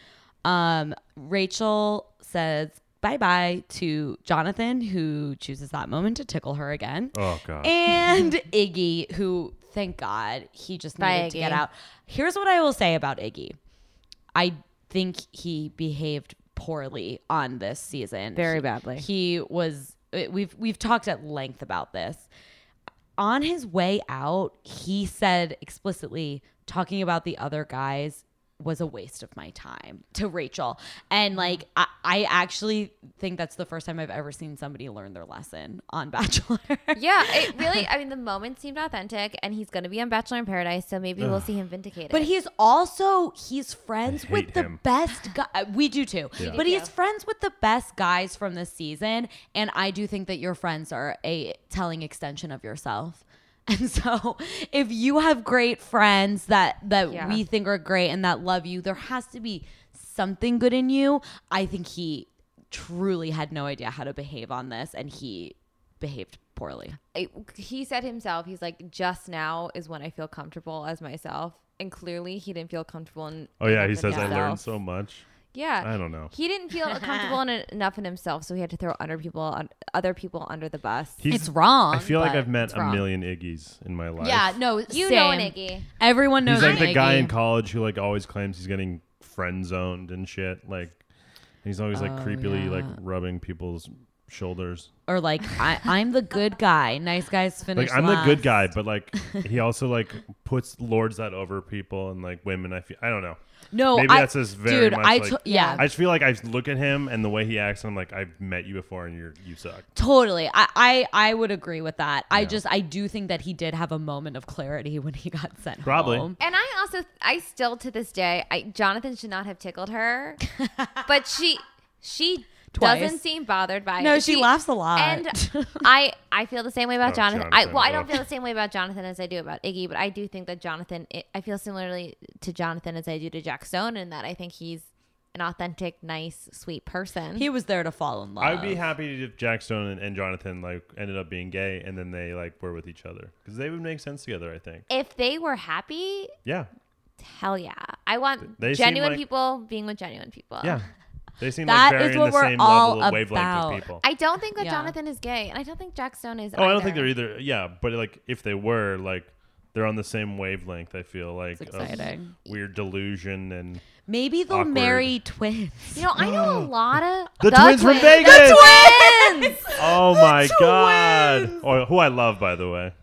Um, Rachel says bye bye to Jonathan, who chooses that moment to tickle her again, Oh God. and Iggy, who thank God he just Bye, needed to get Iggy. out. Here's what I will say about Iggy. I think he behaved poorly on this season. Very He- badly. He was. uh, We've we've talked at length about this on his way out, he said explicitly, talking about the other guys was a waste of my time to Rachel. And like, I, I actually think that's the first time I've ever seen somebody learn their lesson on Bachelor. yeah, it really. I mean, the moment seemed authentic, and he's going to be on Bachelor in Paradise, so maybe we'll see him vindicated. But he's also he's friends I with hate the him. best guy. We do too. do But he's too. friends with the best guys from this season, and I do think that your friends are a telling extension of yourself. And so, if you have great friends that that Yeah. we think are great and that love you, there has to be something good in you. I think he truly had no idea how to behave on this, and he behaved poorly. I- he said himself, he's like, just now is when I feel comfortable as myself. And clearly, he didn't feel comfortable. In, Oh yeah, enough he in says I learned himself." so much. Yeah, I don't know. He didn't feel comfortable in, enough in himself, so he had to throw other people, on, other people under the bus. He's, it's wrong. I feel like but I've met it's a wrong. million Iggies in my life. Yeah, no, You same. know an Iggy. Everyone knows he's like an the guy Iggy. in college who like always claims he's getting friend zoned and shit. Like he's always like Oh, creepily like yeah. rubbing people's shoulders. or like I, I'm the good guy. Nice guys finish. Like I'm the last. good guy, but like he also like puts lords that over people and like women. I feel I don't know. No, Maybe I, that's just very dude. much I like- to- yeah, I just feel like I look at him and the way he acts, and I'm like, I've met you before, and you're you suck. totally. I, I I would agree with that. I Yeah. just I do think that he did have a moment of clarity when he got sent Probably. home. And I also, I still to this day, I, Jonathan should not have tickled her, but she, she Twice. doesn't seem bothered by No, it. she laughs a lot. And I, I feel the same way about Oh, Jonathan. I, Jonathan, well, I oh. don't feel the same way about Jonathan as I do about Iggy, but I do think that Jonathan, I- I feel similarly to Jonathan as I do to Jack Stone, in that I think he's an authentic, nice, sweet person. he was there to fall in love. I would be happy if Jack Stone and, and Jonathan like ended up being gay, and then they like were with each other because they would make sense together. I think. if they were happy, Yeah, hell yeah! I want They seem genuine like- people being with genuine people. yeah. They seem That like is very in what the we're same all level of wavelength about. of people. I don't think that Yeah. Jonathan is gay, and I don't think Jack Stone is. oh, I don't think they're either. Yeah, but like if they were, like they're on the same wavelength. I feel like It's of exciting. weird delusion and Maybe they'll Awkward. marry twins. You know, I know a lot of the, twins from Vegas. Twins. Oh my god! twins! Or who I love, by the way.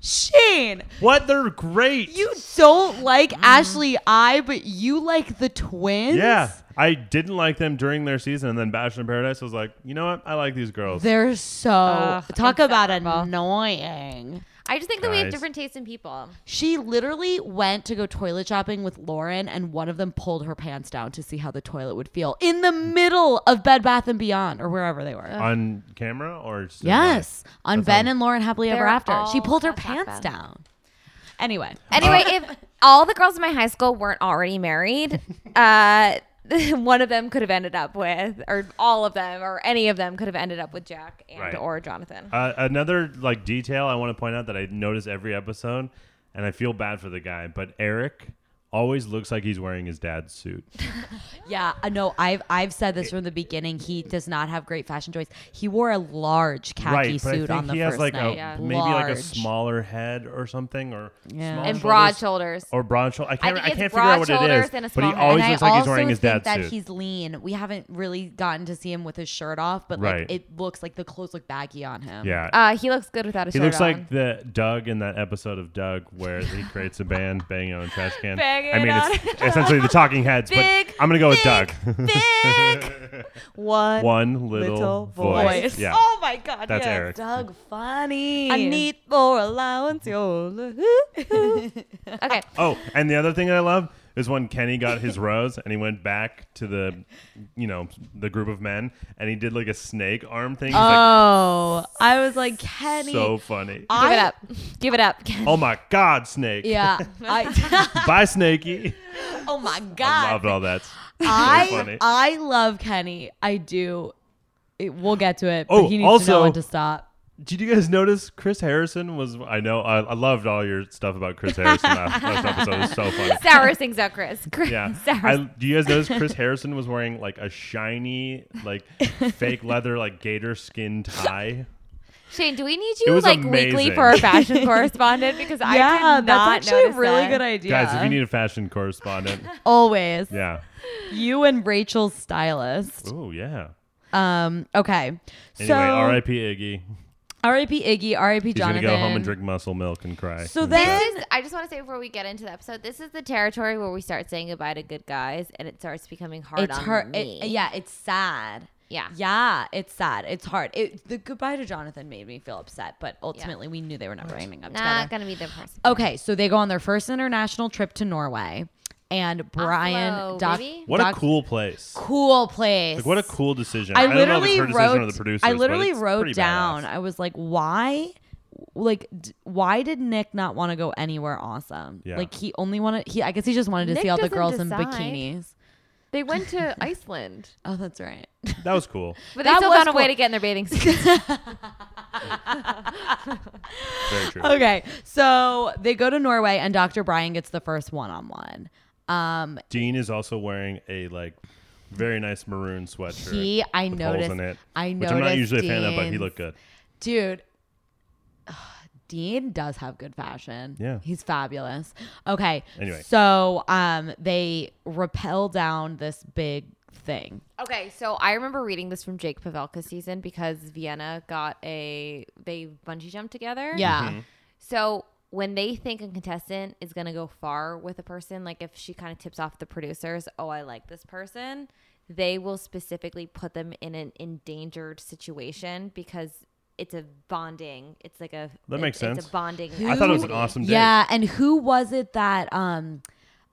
Shane, What? They're great. you don't like Ashley I, but you like the twins. Yeah, I didn't like them during their season, and then Bachelor in Paradise was like, you know what? I like these girls. They're so Ugh, talk about annoying. I just think that we have Guys. different tastes in people. She literally went to go toilet shopping with Lauren, and one of them pulled her pants down to see how the toilet would feel in the middle of Bed Bath and Beyond or wherever they were. on camera or just in life? yes, on That's Ben on- and Lauren Happily Ever They're After. She all pulled her on Talk pants Bath. down. Anyway, Anyway, if all the girls in my high school weren't already married, uh, one of them could have ended up with, or all of them, or any of them could have ended up with Jack and Right. or Jonathan. Uh, another like detail I want to point out that I notice every episode, and I feel bad for the guy, but Eric always looks like he's wearing his dad's suit. yeah, I know I've I've said this from the beginning. He does not have great fashion choice. He wore a large khaki right, but I suit think on the he first has like night. a maybe like a Large. smaller head or something, or Yeah. small And and broad shoulders. shoulders. Or broad shoulder. I can't. think I, it's can't figure out what broad it is. shoulders and a but he small head. always and looks I like also he's wearing his think dad's that suit. he's lean. We haven't really gotten to see him with his shirt off, but Right. like it looks like the clothes look baggy on him. yeah, Uh, he looks good without a He shirt looks on. like the Doug in that episode of Doug where he creates a band banging on a trash can. Banging I mean, on it's essentially the Talking Heads, Big, but I'm gonna go with big, Doug. big One One little, Little voice. voice. Yeah, Oh my god, that's yes. Eric. Doug funny. I need more allowance. Yo. Okay, Oh, and the other thing I love is when Kenny got his rose and he went back to the, you know, the group of men and he did like a snake arm thing. He's like, Oh, I was like Oh. Kenny. so funny. Give I, it up. Give it up. oh my God, Snake. Yeah. I, Bye, Snakey. oh my I god. loved all that. I funny. I love Kenny. I do. It, we'll get to it. Oh, but he needs to know also- when to stop. Did you guys notice Chris Harrison was? I know I, I loved all your stuff about Chris Harrison last, last episode. It was so funny. Sarah sings out Chris. Chris Yeah. Sarah. I, do you guys notice Chris Harrison was wearing like a shiny, like fake leather, like gator skin tie? Shane, do we need It you was like weekly amazing. for a fashion correspondent? Because I yeah, did not that's actually a notice really that. good idea. Guys, if you need a fashion correspondent, Always. yeah. You and Rachel's stylist. Oh, yeah. Um, okay. Anyway, so R.I.P. Iggy. R.I.P. Iggy, R.I.P. He's Jonathan. gonna go home and drink muscle milk and cry. So And then This is, I just want to say before we get into the episode, this is the territory where we start saying goodbye to good guys, and it starts becoming hard it's on hard. me. It, yeah, it's sad. yeah, Yeah, it's sad. It's hard. It, the goodbye to Jonathan made me feel upset, but ultimately we knew they were never ending up Not together. gonna be the person. Okay, so they go on their first international trip to Norway, and Brian Oslo, doc- baby. what doc- a cool place. cool place. Like, what a cool decision. I don't know if literally it's her decision or wrote. the producers. I but literally it's wrote pretty down. badass. I was like, why? Like, d- why did Nick not want to go anywhere awesome? Yeah. Like, he only wanted. He, I guess, he just wanted to Nick see all the doesn't girls in decide. bikinis. They went to Iceland, Oh, that's right. That was cool. but That they still was found a way cool. to get in their bathing suits. Very true. Okay, so they go to Norway, and Dr. Brian gets the first one-on-one. Um, Dean is also wearing a like very nice maroon sweatshirt. he, I with noticed, holes in it, I which noticed, I'm not usually a fan of, but he Dean's- looked good. dude. Dean does have good fashion. Yeah. He's fabulous. Okay. Anyway. So um they rappel down this big thing. Okay, so I remember reading this from Jake Pavelka season because Vienna got a they bungee jumped together. Yeah. Mm-hmm. So when they think a contestant is going to go far with a person, like if she kind of tips off the producers, oh, I like this person, they will specifically put them in an endangered situation because it's a bonding. It's like a That it- makes It's sense. a bonding. I thought it was an activity. awesome day. Yeah, and who was it that um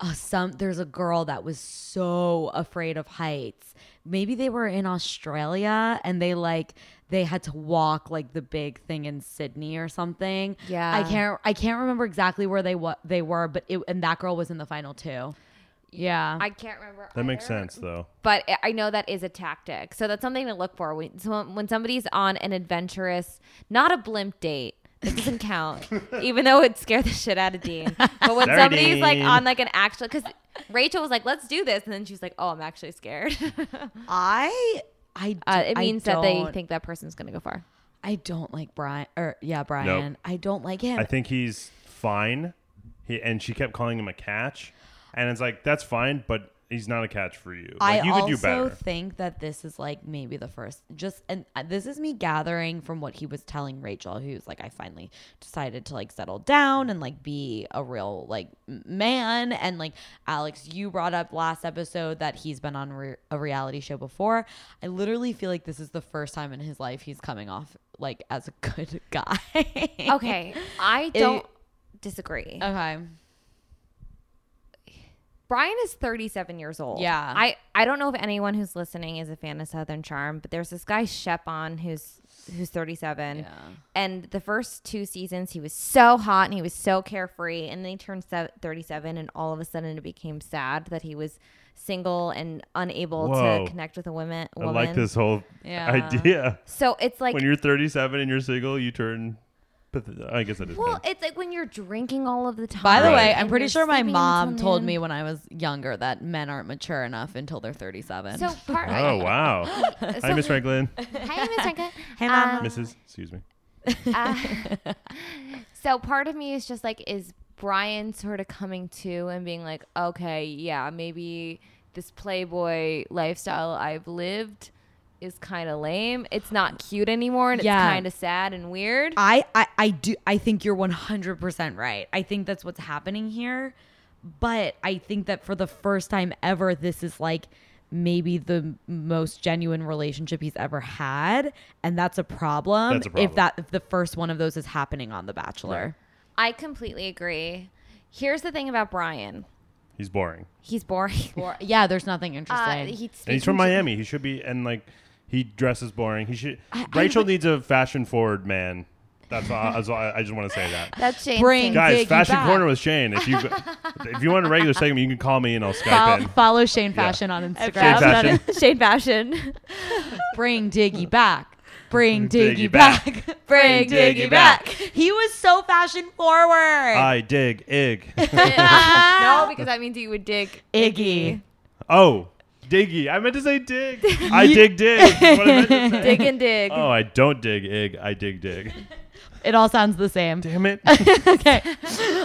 uh, some there's a girl that was so afraid of heights. Maybe they were in Australia and they like they had to walk like the big thing in Sydney or something. Yeah. I can't I can't remember exactly where they what they were, but it and that girl was in the final two. Yeah. I can't remember. That makes either. sense though. but I- I know that is a tactic. So that's something to look for when so when somebody's on an adventurous, not a blimp date. It doesn't count, even though it scared the shit out of Dean. But when Sorry, somebody's like Dean. on like an actual, because Rachel was like, "Let's do this," and then she's like, "Oh, I'm actually scared." I I d- uh, it I means that they don't- think that person's gonna go far. I don't like Brian or yeah, Brian. I don't like him. I think he's fine. He and she kept calling him a catch, and it's like that's fine, but he's not a catch for you. Like, I you also could do better. think that this is like maybe the first just and uh, this is me gathering from what he was telling Rachel who's like I finally decided to like settle down and like be a real like m- man and like Alex you brought up last episode that he's been on re- a reality show before. I literally feel like this is the first time in his life he's coming off like as a good guy. Okay, I don't disagree. okay. Brian is 37 years old. Yeah. I, I don't know if anyone who's listening is a fan of Southern Charm, but there's this guy Shepon who's who's 37. Yeah. And the first two seasons he was so hot and he was so carefree and then he turned se- 37 and all of a sudden it became sad that he was single and unable Whoa. to connect with a woman. I woman. like this whole Yeah. idea. So it's like when you're 37 and you're single, you turn. But I guess that is. well, bad. it's like when you're drinking all of the time. By the way, and I'm pretty you're sure my sleeping with mom told women. me when I was younger that men aren't mature enough until they're 37. So part oh wow! Hi, Miss Franklin. Hi, Miss Um, Franklin. Hey, Mama. Mrs. Excuse me. Uh, so part of me is just like, is Brian sort of coming to and being like, okay, yeah, maybe this Playboy lifestyle I've lived is kind of lame. It's not cute anymore, and Yeah. it's kind of sad and weird. I, I I do I think you're 100% right. I think that's what's happening here. But I think that for the first time ever this is like maybe the most genuine relationship he's ever had and that's a problem, That's a problem. if that if the first one of those is happening on the bachelor. I completely agree. Here's the thing about Brian. He's boring. He's boring. Or yeah, there's nothing Uh, interesting. he And he's speaks from in- Miami. He should be and like he dresses boring. He should. I- I Rachel would- needs a fashion forward man. That's all. That's all I I just want to say that. That's Shane's Bring- thing. Guy- Guys, Ziggy fashion back. corner with Shane. If you if you want a regular segment, you can call me and I'll Skype Fol- in. follow Shane Fashion on Instagram. Shane Fashion. Shane fashion. Bring Diggy back. Bring Diggy Diggy back. back. Bring Diggy Diggy back. back. He was so fashion forward. I dig ig. no, because that means he would dig Iggy. oh, diggy. I meant to say dig. I dig dig. What I meant to say. dig and dig. Oh, I don't dig ig. I dig dig. It all sounds the same. Damn it. okay.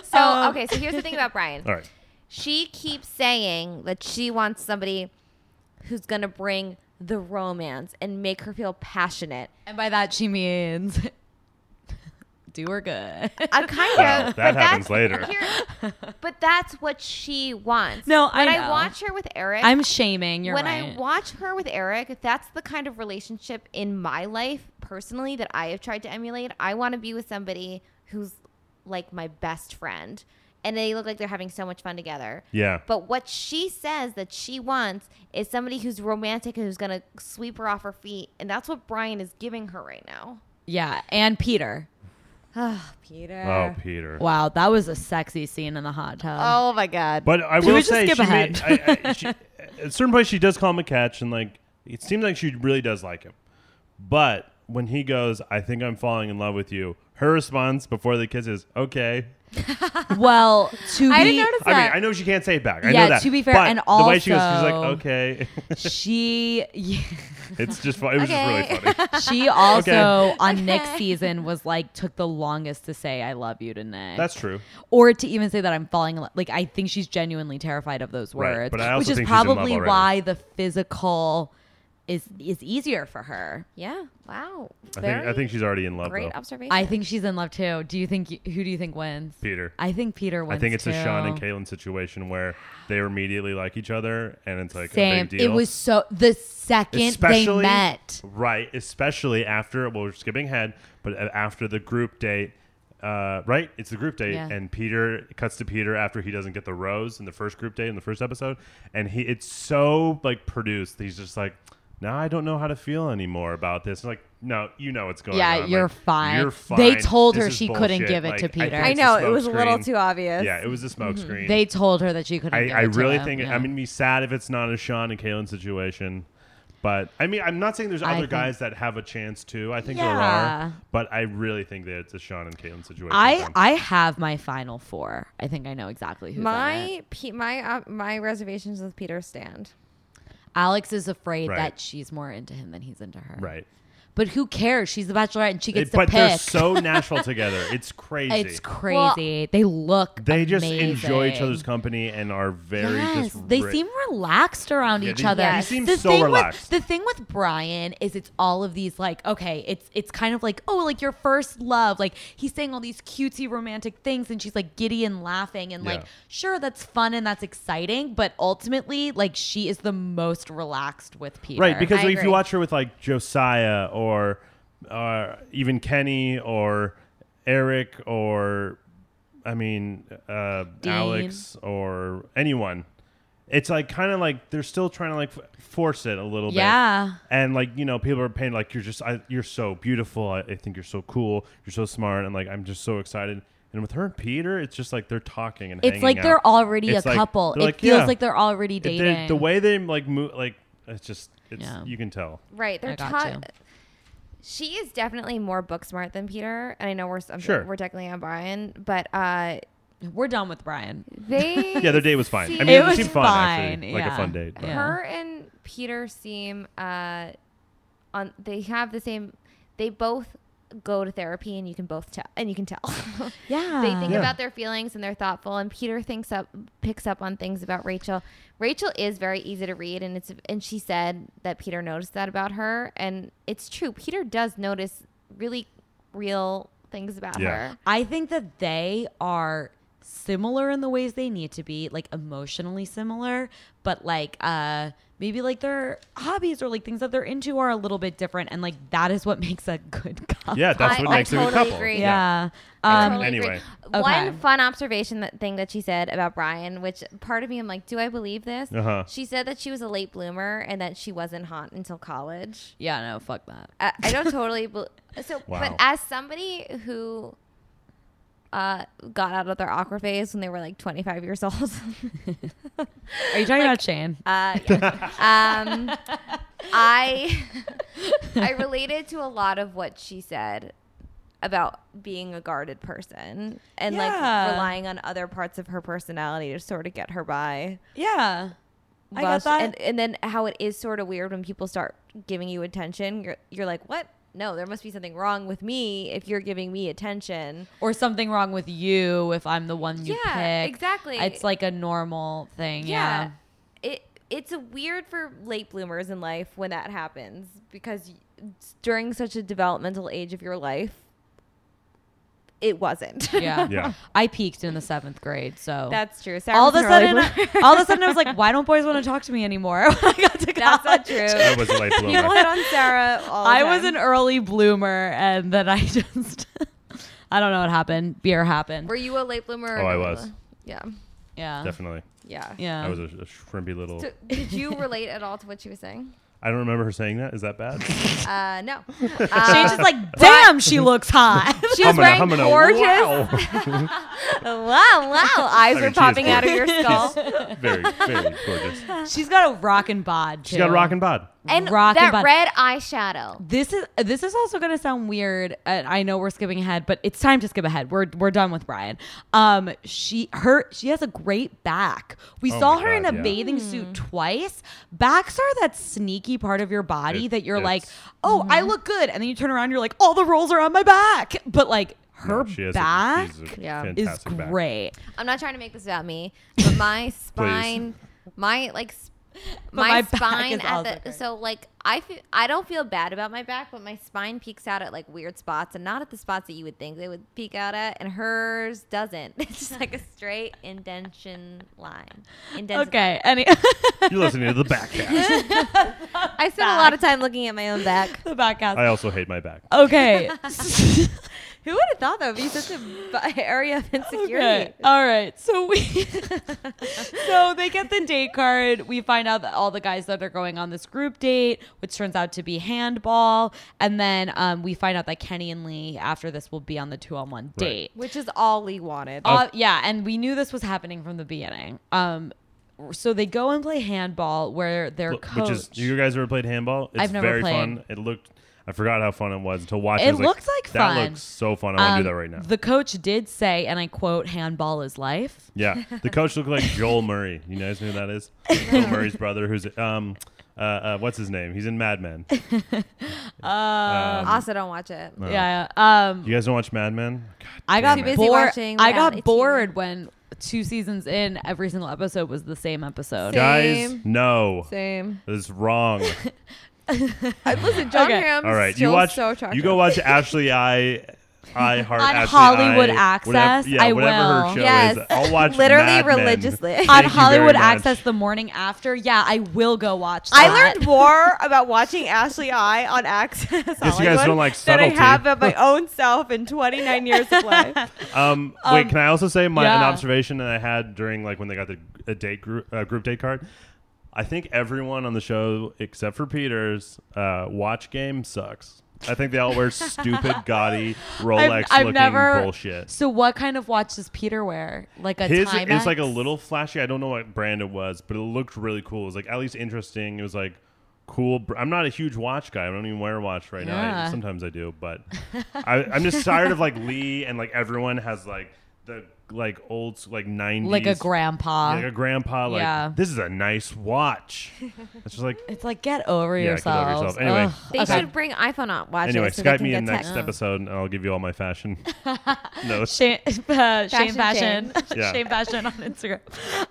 So Um, okay, so here's the thing about Brian. All right. She keeps saying that she wants somebody who's gonna bring the romance and make her feel passionate. And by that she means do her good. I kind Wow, of. that but happens that's- later. here- but that's what she wants. No, I when I know. watch her with Eric. I'm shaming. You're when right. I watch her with Eric, that's the kind of relationship in my life personally that I have tried to emulate. I want to be with somebody who's like my best friend, and they look like they're having so much fun together. Yeah. But what she says that she wants is somebody who's romantic and who's going to sweep her off her feet. And that's what Brian is giving her right now. yeah, and Peter. Oh, Peter. Oh, Peter. Wow, that was a sexy scene in the hot tub. Oh, my God. But I Should will we just say, skip she ahead? made- I- I- she- at a certain point, she does call him a catch, and like it seems like she really does like him. But when he goes, I think I'm falling in love with you. Her response before the kiss is, okay. Well, to Oh. I be, didn't notice I mean, that. I know she can't say it back. I Yeah, know that. to be fair, but and the way she goes, she's like, also- okay. she yeah, it's just, fu- it was just really funny. she also on Nick's season was like took the longest to say I love you to Nick. That's true. or to even say that I'm falling in love. Like I think she's genuinely terrified of those Right, words, but I also which is think she's in love probably already. why the physical is is easier for her. Yeah. Wow. I think, I Very think she's already in love, great though. observation. I think she's in love too. Do you think who do you think wins? Peter. I think Peter wins. I think it's too. a Sean and Caitlin situation where they immediately like each other, and it's like a Same. big It deal. was so the second Especially- they met. right, especially after. Well, we're skipping ahead, but a- after the group date, uh, right? It's the group date, Yeah. and Peter it cuts to Peter after he doesn't get the rose in the first group date in the first episode, and he it's so like produced. He's just like. Now I don't know how to feel anymore about this. Like, no, you know what's going Yeah, on. you're Like, fine. You're fine. They told This her is she couldn't bullshit. give it to Like, Peter. think I I it's a know it was a smokescreen. little too obvious. Yeah, it was a smoke screen. They told her that she couldn't. I, give I it to really him. think Yeah. I'm gonna be sad if it's not a Sean and Kalen situation. But I mean, I'm not saying there's I other think- guys that have a chance too. I think there Yeah. are, but I really think that it's a Sean and Kalen situation. I Um, I have my final four. I think I know exactly who's on it. My pe- my uh, my reservations with Peter stand. Alex is afraid Right. that she's more into him than he's into her. right, But who cares? She's the bachelorette and she gets It- to but pick. they're so natural together. It's crazy. it's crazy. they look they just enjoy each amazing. other's company and are very Yes, just. they ri- seem relaxed around Yeah, each they- other. he Yes. seems the so thing relaxed. With, the thing with Brian is it's all of these like, okay, it's it's kind of like, oh, like your first love. Like he's saying all these cutesy romantic things, and she's like giddy and laughing, and like, Yeah. sure, that's fun and that's exciting, but ultimately, like she is the most relaxed with Peter. Right, because I if agree. you watch her with like Josiah or uh, even Kenny or Eric or I mean uh, Dean. Alex or anyone, it's like kind of like they're still trying to like f- force it a little Yeah. bit. And like you know, people are paying like you're just I, you're so beautiful. I, I think you're so cool. You're so smart, and like I'm just so excited. And with her and Peter, it's just like they're talking and It's hanging like out. they're already It's a like- couple. they're It like, feels yeah. like they're already They- dating. the way they like move like it's just it's Yeah. you can tell. Right, I they're got ta- you. She is definitely more book smart than Peter, and I know we're I'm- Sure. we're technically on Brian, but uh, we're done with Brian. they Yeah, their date was fine. I mean, It it, was seemed fun, fine, actually. Like yeah. a fun date. but- Yeah. her and Peter seem uh, on they have the same. They both go to therapy, and you can both tell, and you can tell. Yeah. they think Yeah. about their feelings and they're thoughtful and peter thinks up picks up on things about rachel rachel is very easy to read and it's and she said that peter noticed that about her and it's true peter does notice really real things about Yeah. her I think that they are similar in the ways they need to be, like emotionally similar, but like uh maybe like their hobbies or like things that they're into are a little bit different and like that is what makes a good couple. Yeah, that's I- what I makes them a totally couple. agree. Yeah. I Um totally agree. anyway. Okay. one fun observation that thing that she said about Brian, which part of me I'm like, do I believe this? Uh-huh. She said that she was a late bloomer and that she wasn't hot until college. yeah, no, fuck that. I, I don't totally bel so but Wow. as somebody who uh got out of their aqua phase when they were like 25 years old Are you talking about Shane? uh yeah. um i i related to a lot of what she said about being a guarded person and Yeah. like relying on other parts of her personality to sort of get her by Yeah. I while got she- that. And, and then how it is sort of weird when people start giving you attention. You're, you're like, what? No, there must be something wrong with me if you're giving me attention. or something wrong with you if I'm the one you Yeah, pick. exactly. It's like a normal thing. Yeah. Yeah. It it's a weird for late bloomers in life when that happens because y- it's during such a developmental age of your life, it wasn't. Yeah. Yeah. I peaked in the seventh grade, so That's true. Sarah all of a was an early sudden, bloomer. all of a sudden, I was like, "Why don't boys want to talk to me anymore?" when I got to that's college. not true. That was a late People bloomer. hit on Sarah. All the I was an time. early bloomer, and then I just, I don't know what happened. Beer happened. Were you a late bloomer? Oh, or I not? was. Yeah. yeah, Definitely. Yeah. yeah. I was a, a shrimpy little. So, did you relate at all to what she was saying? I don't remember her saying that. Is that bad? Uh, no. She's just like, damn, she looks hot. She was Humana, wearing humana, gorgeous. wow. Wow, wow. Eyes I mean, were she popping is out of your gorgeous. skull. She's very, very gorgeous. She's got a rockin' bod. She's got a rockin' bod. And Rockin' that bod. red eyeshadow. This is this is also gonna sound weird. and I know we're skipping ahead, but it's time to skip ahead. We're we're done with Brian. Um, she her she has a great back. We Oh saw my her in God, a yeah. bathing suit twice. Backs are that sneaky part of your body It- that you're like, it's- oh, I look good, and then you turn around, you're like, all the rolls are on my back. But like her No, she has a- back she's a Yeah. is fantastic back. great. I'm not trying to make this about me, but my spine, my like, s- my, my back spine is at also the great. so like I feel I don't feel bad about my back, but my spine peaks out at like weird spots and not at the spots that you would think they would peak out at, and hers doesn't. It's just like a straight indentation line. Indentation. Okay. Any You're listening to the backcast. I spent a lot of time looking at my own back. the back I also hate my back. Okay. Who would have thought that would be such an area of insecurity? Okay. All right. So we So they get the date card. We find out that all the guys that are going on this group date, which turns out to be handball, and then um, we find out that Kenny and Lee after this will be on the 2-on-1 date. Which is all Lee wanted. Um, Uh, yeah, and we knew this was happening from the beginning. Um so they go and play handball where their Look, coach Which is, you guys ever played handball? It's I've never very played. fun. It looked, I forgot how fun it was until watching. It I was looks like that fun. looks so fun. I want to um, do that right now. The coach did say, and I quote, handball is life. yeah, the coach looked like Joel Murray. You guys know who that is? Joel Murray's brother, who's um, uh, uh what's his name? He's in Mad Men. Um, also, don't watch it. no. Yeah. Um, You guys don't watch Mad Men? God I got damn busy it. bored. watching I got reality bored when two seasons in, every single episode was the same episode. Same. Guys, no, Same. that's wrong. Listen, John Okay. Hamm's All right, still you watch. so attractive. you go watch Ashley I. I heart On Ashley Hollywood I, Access, Whatever, yeah, I whatever will. her show Yes. is. I'll watch Literally Mad Men. religiously. On On Thank you very Hollywood much. Access the morning after, yeah, I will go watch. I that. learned more about watching Ashley I on Access guys Hollywood don't like than I subtlety. have of my own self in 29 years of life. Um, wait, can I also say my an yeah. observation that I had during like when they got the a date group uh, group date card? I think everyone on the show except for Peter's uh, watch game sucks. I think they all wear stupid gaudy Rolex looking bullshit. So, what kind of watch does Peter wear? Like a His Timex? is like a little flashy. I don't know what brand it was, but it looked really cool. It was like at least interesting. It was like cool. br- I'm not a huge watch guy. I don't even wear a watch right now. Yeah. I, sometimes I do, but I, I'm just tired of like Lee and like everyone has like the like old like 90s like a grandpa. like a grandpa. Like Yeah. this is a nice watch. It's just like it's like get over Yeah, get over yourselves. yourself. Anyway. Ugh. They Okay. should bring iPhone out watches. anyway. so they Skype can me in get next text. episode and I'll give you all my fashion. no, it's Shane, uh, Shane Fashion. Fashion Yeah. Shane Fashion on Instagram.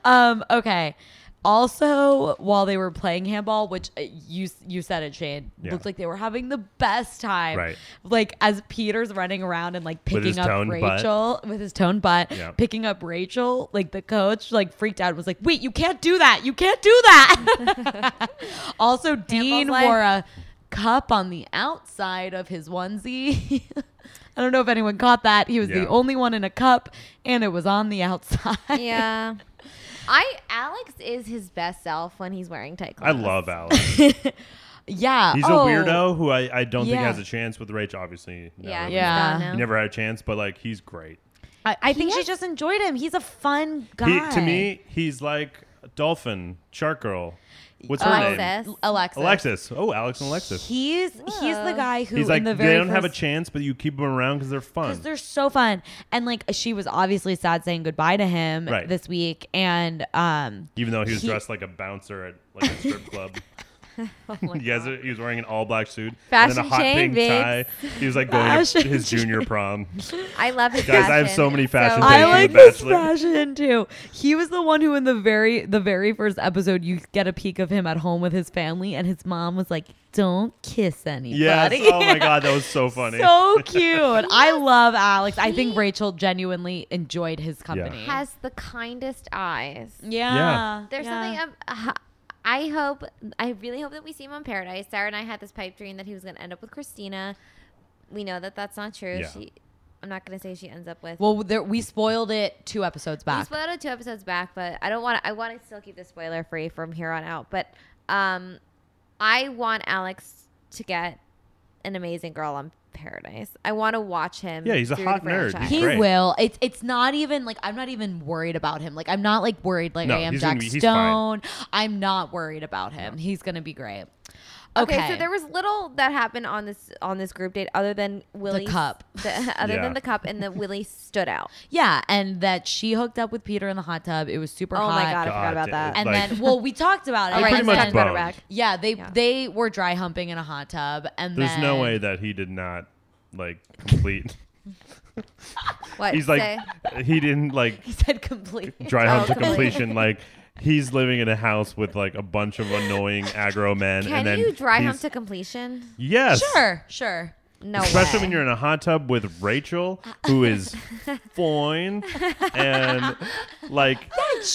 Um, okay. Also, while they were playing handball, which uh, you you said it, Shane, Yeah. looked like they were having the best time. Right. Like as Peter's running around and like With his picking up toned butt. Rachel with his toned butt, Yeah. picking up Rachel. Like the coach, like freaked out, and was like, "Wait, you can't do that! You can't do that!" also, Dean life. wore a cup on the outside of his onesie. I don't know if anyone caught that. He was the Yeah. only one in a cup, and it was on the outside. Yeah. I Alex is his best self when he's wearing tight I clothes. love Alex. yeah. He's oh. a weirdo who I, I don't Yeah. think has a chance with Rach. Obviously, no, Yeah. I he's mean, Yeah. gone now. he never had a chance, but like he's great. I, I think He she is- just enjoyed him. He's a fun guy. He, to me, he's like Dolphin Shark Girl. What's her name? Alexis. Alexis. Alexis. Oh, Alex and Alexis. He's he's the Whoa. guy who He's like in the they very don't have a first- chance, but you keep them around because they're fun. because they're so fun. And like she was obviously sad saying goodbye to him Right. this week, and um, Even though he was he- dressed like a bouncer at like a strip club. Oh you guys, are- he was wearing an all black suit and then Fashion a hot chain, pink tie. He was like going to Fashion his junior prom. I love his Guys, I have fashion. so many fashion I Thank you, like The this Bachelor. fashion too. He was the one who, in the very the very first episode, you get a peek of him at home with his family, and his mom was like, "Don't kiss anybody." Yes. Oh my god, that was so funny. So cute. I love Alex. I think Rachel genuinely enjoyed his company. Yeah. has the kindest eyes. Yeah. There's Yeah. something ab- I hope I really hope that we see him on Paradise. Sarah and I had this pipe dream that he was going to end up with Christina. We know that that's not true. Yeah. She I'm not going to say she ends up with Well, there, we spoiled it two episodes We back. spoiled it two episodes back, but I don't want. to I want to still keep this spoiler free from here on out. But um, I want Alex to get an amazing girl on Paradise. I want to watch him. Yeah, he's a through the hot nerd. franchise. He Great. will. It's it's not even like I'm not even worried about him. Like I'm not like worried like No, I am he's gonna Jack be- he's fine. Stone. I'm not worried about him. He's gonna be great. Okay. Okay. so there was little that happened on this on this group date other than Willie cup. other Yeah. than the cup and that Willie stood out. yeah, and that she hooked up with Peter in the hot tub. It was super Oh hot. my god, I forgot God, about dude. that. And Like- then well, we talked about it. All They right, pretty And let's much talk about it boned. back. Yeah, they Yeah. they were dry humping in a hot tub and There's then no way that he did not like complete. What? he's like Say- he didn't like he said complete. dry hump to complete. completion. Like he's living in a house with like a bunch of annoying aggro men. can and then you dry hump he's- to completion? Yes. Sure, sure. No Especially way. when you're in a hot tub with Rachel, who is fine, and like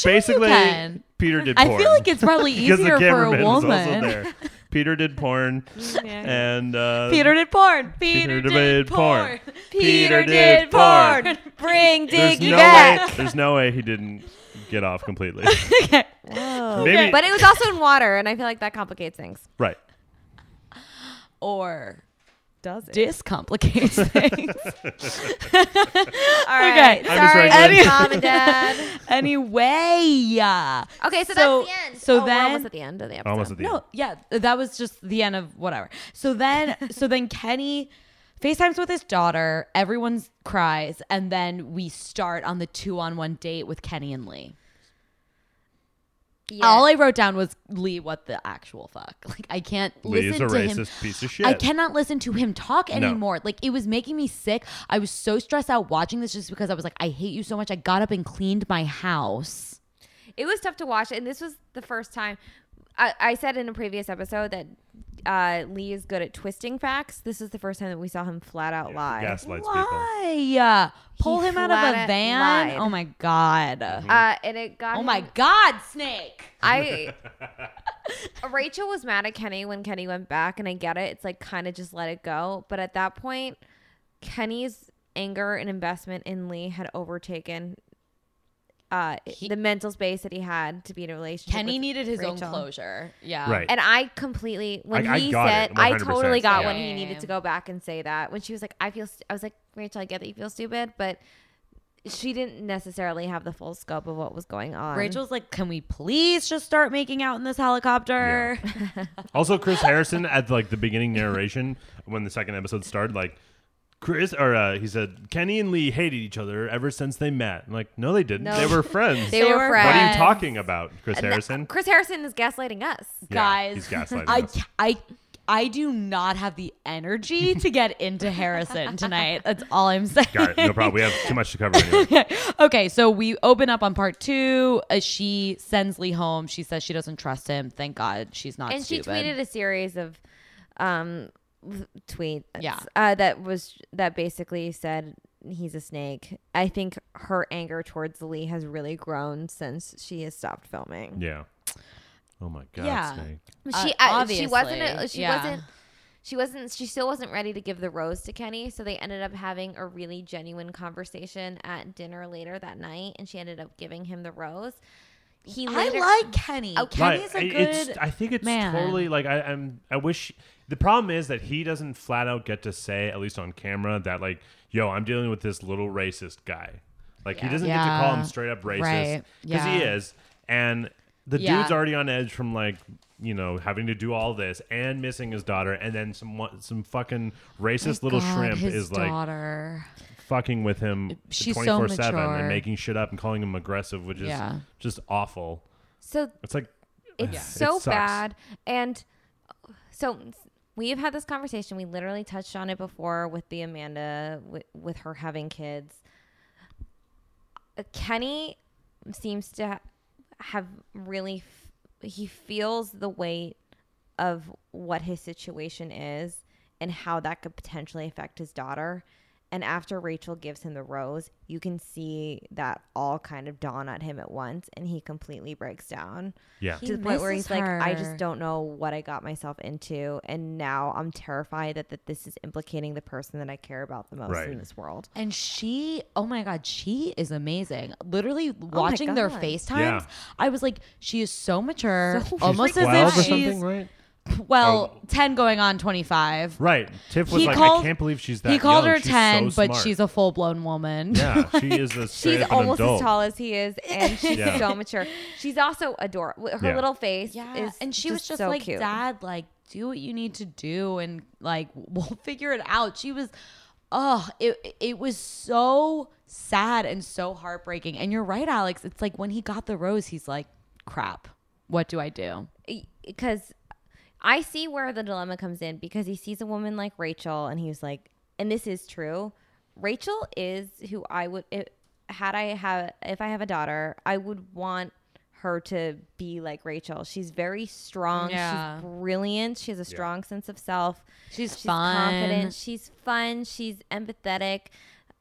basically can. Peter did I porn. feel like it's probably because the easier for a cameraman was also woman. Mm. there. Peter did porn, and uh, Peter did porn. Peter Peter, did did porn. porn. Peter did porn. Bring There's Diggy no back. way. There's no way he didn't get off completely. Maybe Okay. but it was also in water, and I feel like that complicates things. right. Or Does it? discomplicates things. All right. Okay. I'm just Sorry. writing down- Any- Mom and dad. anyway, yeah. Okay, so, So- that's the end. so then- oh, we're almost at the end of the episode. Almost at the end. No, yeah, that was just the end of whatever. So then, so then Kenny FaceTimes with his daughter. Everyone cries, and then we start on the two-on-one date with Kenny and Lee. Yeah. All I wrote down was Lee. What the actual fuck? Like I can't Lee is a listen to him. racist piece of shit. I cannot listen to him talk anymore. Like it was making me sick. I was so stressed out watching this just because I was like, I hate you so much. I got up and cleaned my house. it was tough to watch and this was the first time i, I said in a previous episode that uh, lee is good at twisting facts this is the first time that we saw him flat out lie Gaslights people. Why? Pull He him out of flat a out van. lied. Oh my god. uh, and it got Oh him- my god, Snake. i rachel was mad at kenny when kenny went back and i get it it's like kind of just let it go but at that point kenny's anger and investment in lee had overtaken uh, He- the mental space that he had to be in a relationship Kenny with needed his own Rachel. closure. Yeah. Right. And I completely when I- I he got said, it, I 100%. totally got Yeah. when he needed to go back and say that. When she was like, I feel, st-, I was like, Rachel, I get that you feel stupid, but she didn't necessarily have the full scope of what was going on. Rachel's like, can we please just start making out in this helicopter? Also, Chris Harrison at like the beginning narration when the second episode started, like Chris or uh, he said Kenny and Lee hated each other ever since they met. I'm like, no, they didn't. No. They were friends. they, were what friends. are you talking about, Chris And that- Harrison? Chris Harrison is gaslighting us. Yeah, Guys, he's gaslighting I, us. I, I do not have the energy to get into Harrison tonight. That's all I'm saying. Got it. No problem. We have too much to cover. Anyway. okay, so we open up on part two. Uh, she sends Lee home. She says she doesn't trust him. Thank God she's not. and she stupid. tweeted a series of um v- tweets Yeah. uh, that was that basically said he's a snake i think her anger towards lee has really grown since she has stopped filming Yeah. Oh my God, Yeah. Snake. Uh, she uh, she wasn't obviously, a, she yeah. wasn't she wasn't she still wasn't ready to give the rose to Kenny so they ended up having a really genuine conversation at dinner later that night and she ended up giving him the rose he later, I like Kenny. Okay. Kenny's a I- good. It's, I think it's man. totally like I, I'm. I wish the problem is that he doesn't flat out get to say, at least on camera, that like, yo, I'm dealing with this little racist guy. Like he doesn't get to call Yeah. him straight up racist Right. because he Yeah. is, and the Yeah. dude's already on edge from like. You know, having to do all this and missing his daughter, and then some one- some fucking racist little God, shrimp his is like daughter. fucking with him She's so twenty four seven and mature. making shit up and calling him aggressive, which is Yeah. just awful. so It's like it's Yeah. so It sucks. bad and uh, so we have had this conversation we literally touched on it before with the amanda with, with her having kids Uh, kenny seems to ha- have really f- he feels the weight of what his situation is and how that could potentially affect his daughter and after Rachel gives him the rose, you can see that all kind of dawn on him at once, and he completely breaks down yeah. He to the point where misses he's like, I just her. don't know what I got myself into, and now I'm terrified that, that this is implicating the person that I care about the most Right. in this world. And she, oh my God, she is amazing. Literally watching their Oh God. FaceTimes, Yeah. I was like, she is so mature, So almost freaking as if nice. she's right? well, 10 going on 25. Oh. Right. Tiff was He like, called- I can't believe she's that He called young. her She's so 10, but smart." she's a full blown woman. Yeah, she is a straight She's up an almost adult. as tall as he is, and she's Yeah. so mature. She's also adorable. Her Yeah. little face Yeah, is and she was just so like, cute. "Dad, like, do what you need to do, and like, we'll figure it out." She was, oh, it it was so sad and so heartbreaking. And you're right, Alex. It's like when he got the rose, he's like, "Crap, what do I do?" because I see where the dilemma comes in because he sees a woman like Rachel and he's like, and this is true. Rachel is who I would if, had I have if I have a daughter, I would want her to be like Rachel. She's very strong. Yeah. She's brilliant. She has a strong sense of self. She's, She's fun. confident. She's fun. She's empathetic.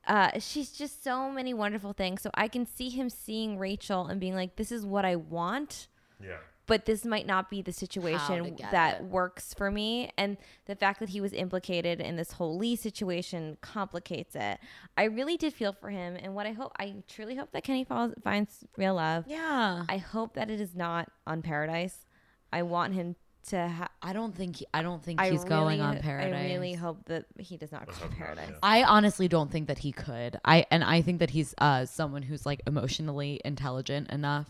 Uh, she's just so many wonderful things. So I can see him seeing Rachel and being like, "This is what I want." Yeah. but this might not be the situation get that it. works for me. And the fact that he was implicated in this whole Lee situation complicates it. I really did feel for him. And what I hope, I truly hope that Kenny falls, finds real love. Yeah, I hope that it is not on Paradise. I want him to have. I don't think he, I don't think I he's going really- on paradise. I really hope that he does not go on Paradise. I honestly don't think that he could. I and I think that he's uh someone who's like emotionally intelligent enough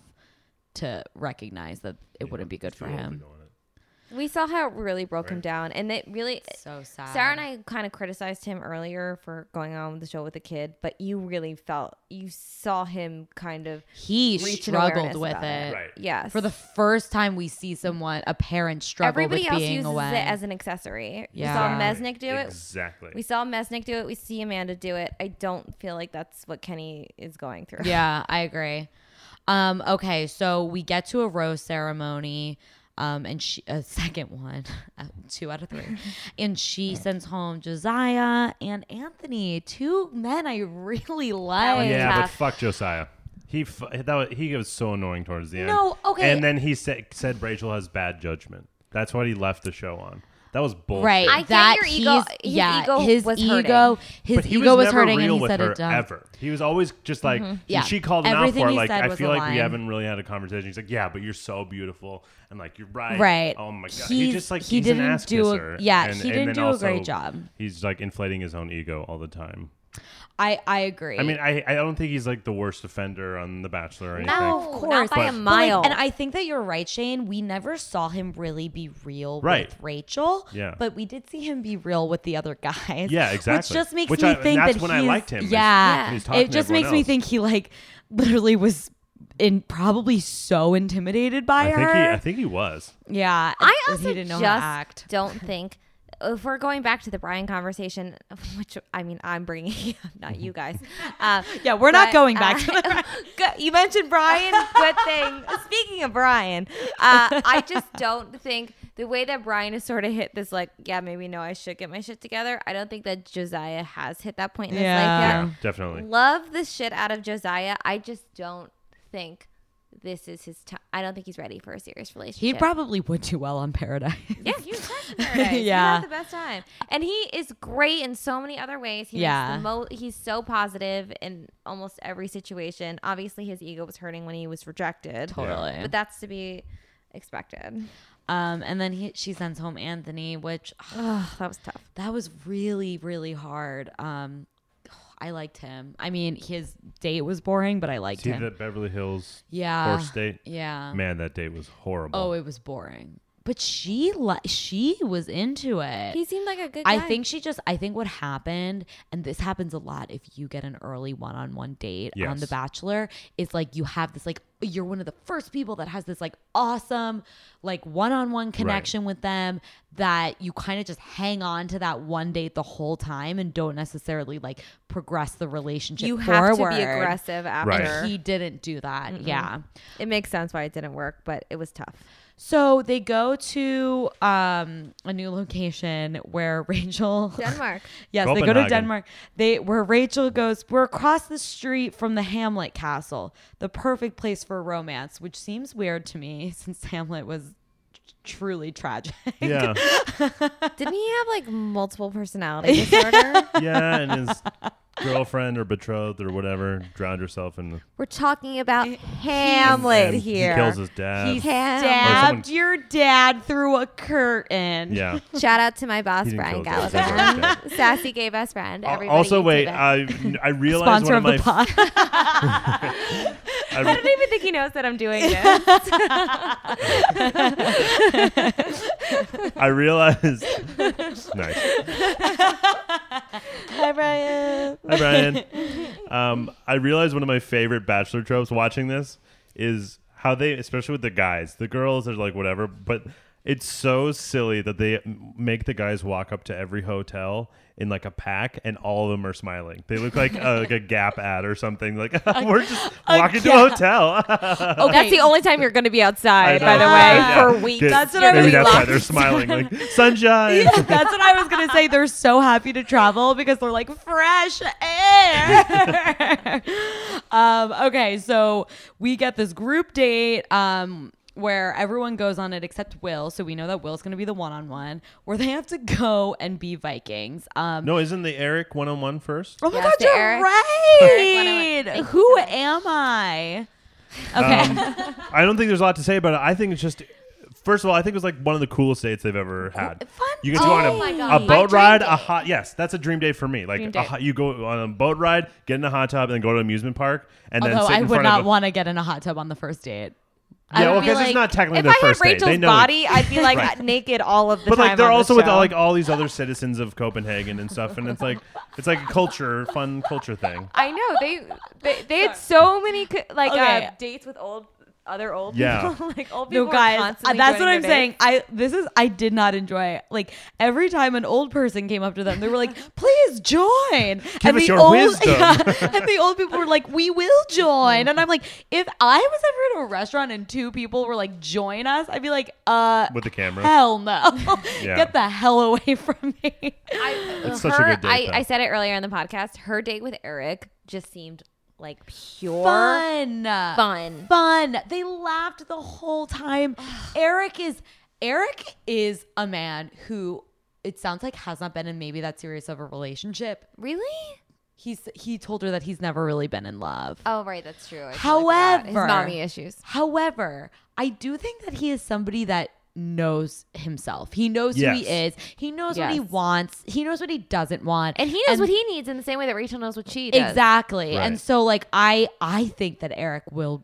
to recognize that it wouldn't be good for him. We saw how it really broke him down. And it really, So sad. Sarah and I kind of criticized him earlier for going on with the show with the kid, but you really felt you saw him kind of he reach an struggled awareness with about it. it. Right. yes. For the first time, we see someone a parent struggle everybody with else being uses away. it as an accessory. Yeah. We saw Mesnick do it. Exactly. We saw Mesnick do it. We see Amanda do it. I don't feel like that's what Kenny is going through. yeah, I agree. Um, okay, so we get to a rose ceremony, um, and she a second one, uh, two out of three, and she sends home Josiah and Anthony, two men I really like. yeah, but fuck Josiah. He fu- that was, he was so annoying towards the end. No, okay. And then he said said Rachel has bad judgment. That's what he left the show on. That was bullshit. Right, I get that your ego- he's- his yeah, ego his was ego, his But he ego was, was, never hurting, real and he with said her it dumb. Mm-hmm. ever. He was always just like, Yeah. and she called him Everything out for it. he Like, said I was feel a like lie. we haven't really had a conversation. He's like, yeah, but you're so beautiful, and like you're right. Right. Oh my god. he He's- just like he he's an didn't ass do a- kisser. yeah, And- he and didn't then do a great also, job. He's like inflating his own ego all the time. I I agree. I mean, I I don't think he's like the worst offender on The Bachelor or anything. No, No, of not course, by a But, like, mile. and I think that you're right, Shane. We never saw him really be real Right. with Rachel. Yeah. but we did see him be real with the other guys. Yeah, exactly. Which just makes Which me I- think that's that when I he's- liked him, is Yeah, when he's talking it to just makes everyone me else. think he like literally was in probably so intimidated by I her. think he I think he was. yeah, I and also he didn't know just how to act. don't think. If we're going back to the Brian conversation, which I mean, I'm bringing up, not you guys. Uh, Yeah, we're not but, going back uh, to the. good- you mentioned Brian. Good thing. Speaking of Brian, uh, I just don't think the way that Brian has sort of hit this, like, yeah, maybe no, I should get my shit together. I don't think that Josiah has hit that point in Yeah. his Yeah, life yet. definitely. Love the shit out of Josiah. I just don't think this is his time. I don't think he's ready for a serious relationship. He probably would do well on Paradise. Yeah, he was best in Yeah. Paradise. he had the best time, and he is great in so many other ways. He Yeah. yeah, mo- he's so positive in almost every situation. Obviously, his ego was hurting when he was rejected, Totally. but that's to be expected. Um, and then he, she sends home Anthony, which Oh, that was tough. that was really really hard um i liked him i mean his date was boring but i liked See him the Beverly Hills yeah horse date? yeah Man, that date was horrible. oh it was boring but she li- she was into it He seemed like a good. Guy. I think she just I think what happened and this happens a lot if you get an early one-on-one date on Yes. the bachelor is like you have this like you're one of the first people that has this like awesome like one-on-one connection with them that you kind of just hang on to that one date the whole time and don't necessarily like progress the relationship you have forward. to be aggressive after. Right. And he didn't do that. Yeah. It makes sense why it didn't work, but it was tough. So they go to um, a new location where Rachel Denmark. Yes, they go to Copenhagen. Denmark. They where Rachel goes, we're across the street from the Hamlet castle, the perfect place for romance, which seems weird to me since Hamlet was truly tragic. Yeah. Didn't he have like multiple personality disorder? Yeah, and his girlfriend or betrothed or whatever drowned herself in the We're talking about Hamlet and here. He kills his dad. He Damn. stabbed Or someone- your dad through a curtain. yeah. Shout out to my boss, He Brian didn't kill his dad. Gallivan. That's Sassy gay best friend. Al- Everybody Also, into wait. uh, that. I I realized Sponsor one of of my the pod. I- I don't even think he knows that I'm doing this. I realized. nice. Hi, Brian. Hi, Brian. um, I realized one of my favorite bachelor tropes watching this is how they, especially with the guys, the girls are like whatever, but it's so silly that they m- make the guys walk up to every hotel in like a pack and all of them are smiling. They look like a, like a Gap ad or something. Like we're just walking to a hotel. Oh, That's the only time you're going to be outside, I by the know. way, Yeah. for weeks. Good. That's what You're I gonna Maybe was be that's why locked they're smiling. Like sunshine. That's what I was gonna say. They're so happy to travel because they're like fresh air. um, okay, so we get this group date um, where everyone goes on it except Will. So we know that Will's gonna be the one-on-one where they have to go and be Vikings. Um, No, isn't the Eric one on one first? Oh my Yes, God, the you're Eric- right. Eric one-on-one. Who am I? Okay. Um, I don't think there's a lot to say about it. I think it's just, first of all, I think it was like one of the coolest dates they've ever had. Fun You get to go day. on a, a boat ride, a hot yes, that's a dream day for me. Like a, hot- you go on a boat ride, get in a hot tub, and then go to an amusement park, and then Although sit I in would front not of. A, want to get in a hot tub on the first date. yeah, well, be because like- it's not technically If their I had first date. They Rachel's know. it. body, I'd be like Right. naked all of the But time. like they're on also this with show. like all these other citizens of Copenhagen and stuff, and it's like it's like a culture, fun culture thing. I know they they, they had so many co- like Okay. uh, dates with old other old Yeah. people. like old people. No, were guys, constantly that's what joining I'm their dates. saying. I this is I did not enjoy. it. Like every time an old person came up to them, they were like, "Please join." Give us your old, wisdom. and the old people were like, "We will join." And I'm like, if I was ever at a restaurant and two people were like, "Join us," I'd be like, "Uh, With the camera. hell no, Yeah. get the hell away from me." It's her, such a good date. I, though. I said it earlier in the podcast. Her date with Eric just seemed like pure fun. Fun, fun. They laughed the whole time. Eric is Eric is a man who it sounds like has not been in maybe that serious of a relationship. Really? He's he told her that he's never really been in love. Oh, right. That's true. I totally forgot. However, his mommy issues. However, I do think that he is somebody that knows himself. He knows who he Yes. is. He knows what he Yes. wants. He knows what he doesn't want. And he knows what he needs in the same way that Rachel knows what she does. Exactly. Right. And so like I I think that Eric will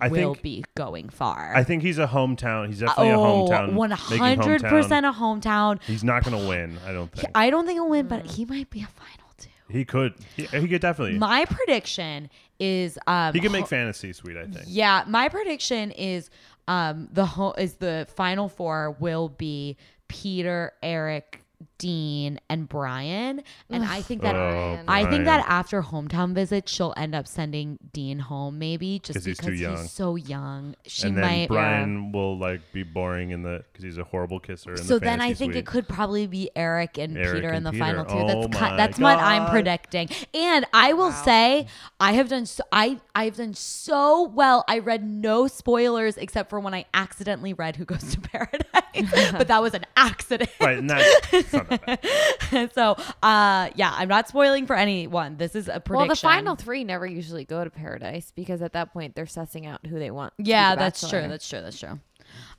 I will think- be going far. I think he's a hometown. He's definitely a hometown. Oh, One making hundred hometown. percent a hometown. He's not going to win, I don't think. I don't think he'll win, Mm. but he might be a final two. He could. He, he could definitely. My prediction is um he could ho- make fantasy sweet, I think. Yeah, my prediction is um the ho- is the final four will be Peter, Eric, Dean, and Brian. And I think that Oh, I think Brian. that after hometown visit, she'll end up sending Dean home, maybe just 'Cause because he's too young. so young. She and then might Brian will like be boring in the because he's a horrible kisser. In So the then I fantasy think suite. it could probably be Eric and Eric Peter in and the Peter. final two. Oh that's ki- my that's what I'm God. predicting. And I will say I have done so, I I've done so well. I read no spoilers except for when I accidentally read Who Goes to Paradise, but that was an accident. Right, and that's it's not that bad. so uh yeah, I'm not spoiling for anyone. This is a prediction. Well, the final three never usually go to paradise because at that point they're sussing out who they want. to be Yeah, the that's true. bachelor. That's true. That's true.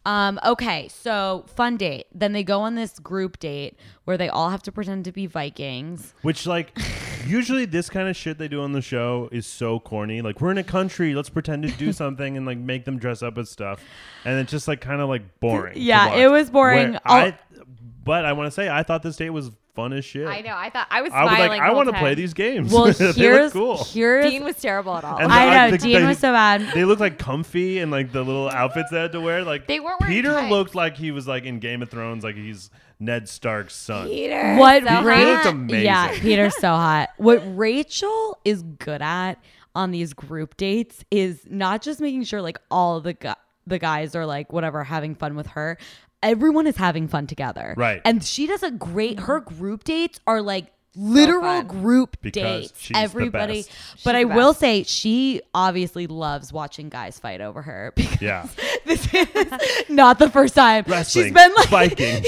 Um, okay, so fun date. Then they go on this group date where they all have to pretend to be Vikings. Which like usually this kind of shit they do on the show is so corny. Like we're in a country, let's pretend to do something and like make them dress up as stuff, and it's just like kind of like boring. to Yeah, watch. it was boring. Where I'll- I, but I want to say I thought this date was fun as shit. I know. I thought I was I smiling. was like, the I whole want to time. play these games. Well, They look here's cool. here's Dean was terrible at all. And I the- know the- Dean the- was so bad. They looked like comfy and like the little outfits they had to wear. Like They weren't wearing Peter tights. looked like he was like in Game of Thrones, like he's Ned Stark's son. Peter. What so Ra- He looked hot. amazing. Yeah, Peter's so hot. What Rachel is good at on these group dates is not just making sure like all the gu- the guys are like whatever having fun with her. Everyone is having fun together. Right. And she does a great her group dates are like literal Mm-hmm. fun. group Because dates. she's the Everybody best. but I She's the will best. say she obviously loves watching guys fight over her because Yeah. this is not the first time. She's Wrestling, been like biking.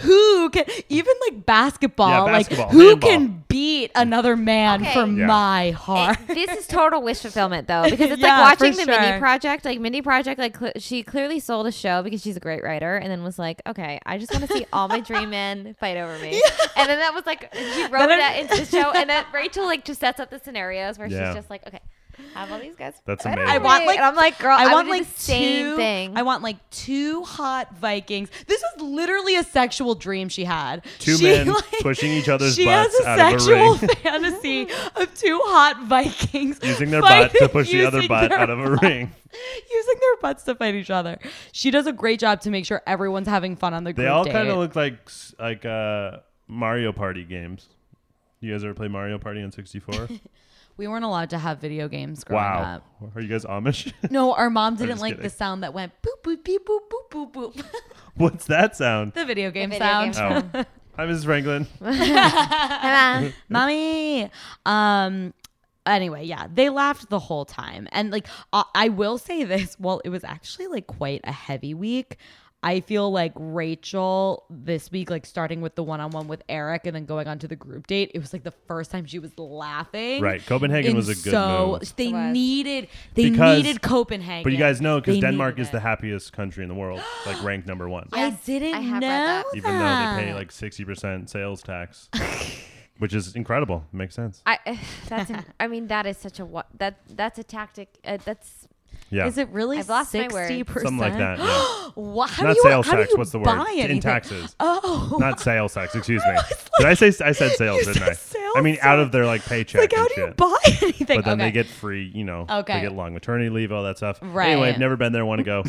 who can even like basketball, Yeah, like basketball, who handball. can beat another man Okay. from Yeah. my heart. this is total wish fulfillment though because it's Yeah, like for watching the sure. mini project like mini project like cl- she clearly sold a show because she's a great writer and then was like okay i just want to see all my dream men fight over me and then that was like she wrote Then that into the show and then rachel like just sets up the scenarios where Yeah. she's just like okay have all these guys That's fight amazing. over I want, me. like, and i'm like girl I, want would do like the same two, thing I want like two hot Vikings. This was literally a sexual dream she had. Two She, men pushing each other's she butts has a out of a sexual ring. fantasy of two hot Vikings using their fight- butt to push the other using butt their out of a butt- ring. using their butts to fight each other. She does a great job to make sure everyone's having fun on the group They all date. kind of look like s- like uh, Mario Party games. You guys ever play Mario Party on 64? we weren't allowed to have video games growing wow. up. Are you guys Amish? No, our mom didn't just like the kidding. sound that went boop boop beep boop boop boop boop. What's that sound? the video game video sound. game Oh. Hi, Mrs. Franklin. Emma, mommy um anyway yeah they laughed the whole time and like I, I will say this while it was actually like quite a heavy week i feel like rachel this week like starting with the one-on-one with eric and then going on to the group date it was like the first time she was laughing Right. Copenhagen in was a good so move. they It was. needed they Because- needed copenhagen But you guys know because They Denmark needed is the it. happiest country in the world, like ranked number one. i Yes, didn't I have know read that. Even though they pay that. like 60% sales tax, which is incredible. Makes sense. I, that's an, I mean that is such a wa- that that's a tactic uh, that's Yeah. Is it really I've lost my word. sixty percent? Something like that. yeah. Wha- how Not do you, sales how do tax. you What's the buy word? anything? In taxes. Oh, Not sales tax. Excuse me. was Did I say I said sales? you Didn't I? said I mean, out sales of their like paycheck. like how and do you shit. buy anything? But then okay. they get free, you know, Okay. they get long maternity leave, all that stuff. Anyway, Right. I've never been there. Want to go?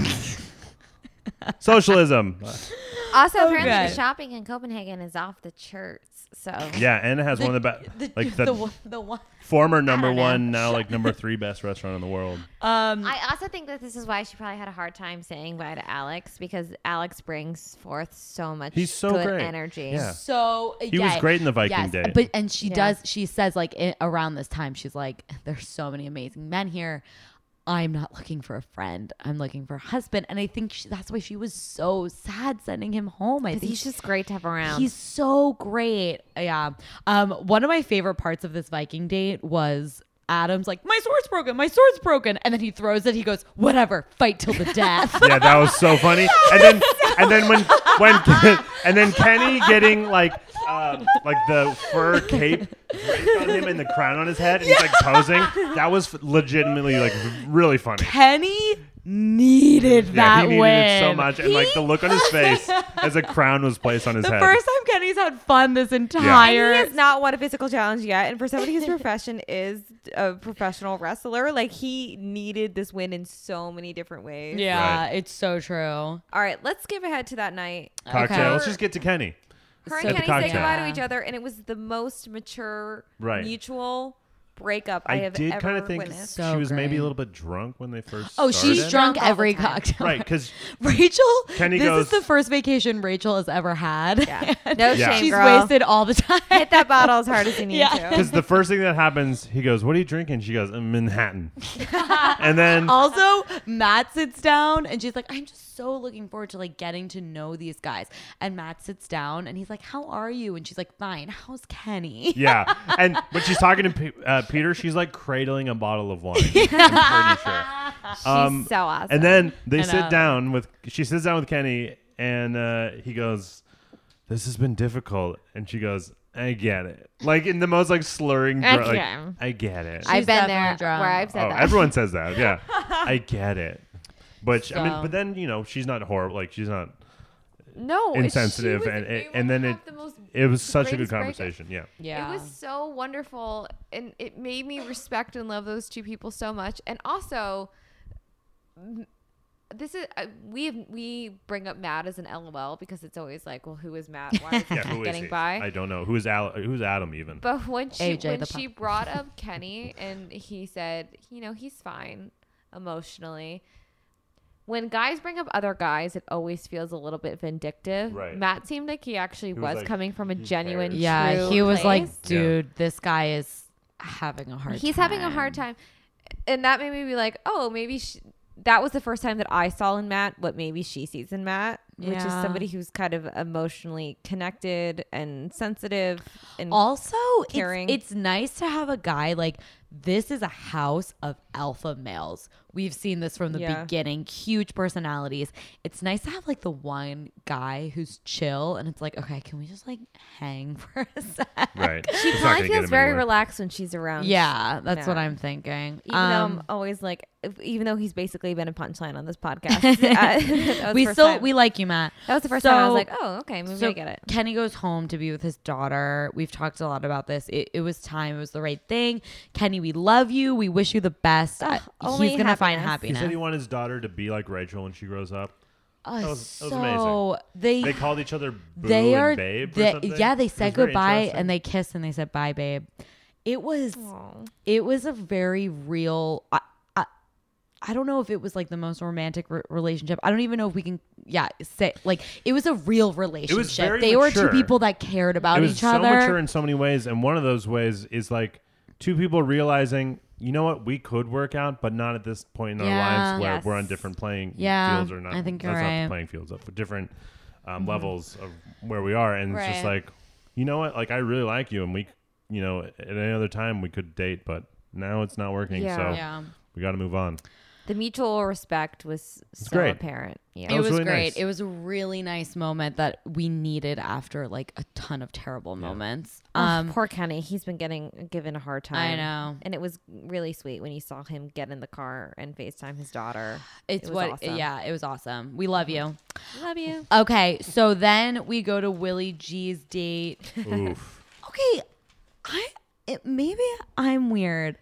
Socialism. Uh, Also, apparently Okay. the shopping in Copenhagen is off the charts. So yeah, and it has one of the best, the, like the, the, one- the one. former number know. one, now like number three best restaurant in the world. Um, I also think that this is why she probably had a hard time saying bye to Alex because Alex brings forth so much He's so good great. energy. Yeah. so uh, He was great in the Viking yes, date. But and she Yeah. does. She says like i around this time, she's like, "There's so many amazing men here." I'm not looking for a friend. I'm looking for a husband, and I think she, that's why she was so sad sending him home. I 'Cause think He's just great to have around. He's so great. Yeah. Um, one of my favorite parts of this Viking date was Adam's like, My sword's broken, my sword's broken. And then he throws it, he goes, Whatever, fight till the death. yeah, that was so funny. And then and then when when and then Kenny getting like uh, like the fur cape draped on him and the crown on his head and he's like posing. That was legitimately like really funny. Penny needed yeah, that he needed win. it so much, and like the look on his face as a crown was placed on his The head. first time Kenny's had fun this He entire has not won a physical challenge yet, and for somebody whose profession is a professional wrestler, like he needed this win in so many different ways. Yeah, Right. it's so true. All right, let's skip ahead to that night. cocktail. Okay. Let's just get to Kenny. Her So and At Kenny the say cocktail. goodbye to Yeah. each other, and it was the most mature, Right. mutual breakup I, I, have did ever kind of think witnessed. So she was maybe great. a little bit drunk when they first. Oh, started. she's drunk all the every time. cocktail. right? Because Rachel, Kenny this goes- is the first vacation Rachel has ever had. Yeah. No Yeah. shame, She's girl. wasted all the time. Hit that bottle as hard as you need Yeah. to. the first thing that happens, he goes, "What are you drinking?" She goes, "Uh, "Manhattan," and then also matt sits down and she's like i'm just so looking forward to like getting to know these guys and matt sits down and he's like how are you and she's like fine how's kenny yeah, and when she's talking to Pe- uh, Peter, she's like cradling a bottle of wine. I'm pretty sure. She's um, so awesome. And then they I know. sit down with she sits down with Kenny and uh, he goes, "This has been difficult," and she goes, "I get it." Like in the most like slurring, I dr- like, get it. I get it. I've definitely been there drunk. where I've said oh, that. everyone says that. Yeah, I get it. But she- I mean, So- but then you know she's not horrible. Like she's not. no, insensitive she was and- able and to then have it- the most It was such a good greatest breakup. conversation. Yeah. yeah It was so wonderful and it made me respect and love those two people so much. And also m- this is uh, we have, we bring up Matt as an LOL because it's always like, well, who is Matt? Why is Yeah. Matt Who is getting he? by? I don't know who's Al- who's Adam even. But when she AJ when the she pup. brought up Kenny and he said, you know, he's fine emotionally. When guys bring up other guys, it always feels a little bit vindictive. Right. Matt seemed like he actually He was was, like, coming from a "Who genuine, cares?" yeah true he was place. like dude this guy is having a hard he's having a hard time and that made me be like oh maybe she, that was the first time that I saw in Matt what maybe she sees in Matt, which is Yeah. somebody who's kind of emotionally connected and sensitive and also it's- Caring. It's, nice to have a guy like this is a house of alpha males we've seen this from the Yeah. beginning huge personalities it's nice to have like the one guy who's chill and it's like okay can we just like hang for a sec Right. She probably It's not gonna get feels him very anywhere. relaxed when she's around. yeah that's what Yeah. i'm thinking even though I'm um, always like, if- even though he's basically been a punchline on this podcast, uh, that was we the first still time- we like you matt that was the first time I was so- like, oh, okay, maybe so I get it. Kenny goes home to be with his daughter. We've talked a lot about this. It, it was time. It was the right thing. Kenny, we love you. We wish you the best. I- only He's gonna find He happiness. said he wanted his daughter to be like Rachel when she grows up. Oh, That was- that was so They they called each other boo they and are babe. or they- something. yeah It they was said very goodbye interesting. and they kissed and they said bye babe. It was Aw. it was a very real. I, I I don't know if it was like the most romantic re- relationship. I don't even know if we can yeah say like it was a real relationship. very they were mature. two people that cared about it was each so other. mature in so many ways, and one of those ways is like two people realizing, you know what, we could work out, but not at this point in our Yeah. lives where Yes. we're on different playing Yeah, fields or not. I think you're that's right. Mm-hmm. not playing fields up, but different um, levels of where we are, and it's just Right. like, you know what, like I really like you, and we, you know, at any other time we could date, but now it's not working, Yeah. so yeah. we got to move on. The mutual respect was so great. apparent. Yeah. That it was was, really great. nice. It was a really nice moment that we needed after like a ton of terrible moments. Um, Um, poor Kenny. He's been getting given a hard I time. know And it was really sweet when you saw him get in the car and FaceTime his daughter. it's was what. awesome. Yeah, it was Mm-hmm. awesome. We love you. Love you. Okay, so then we go to Willie G's date. Oof. Okay, I it, maybe I'm weird.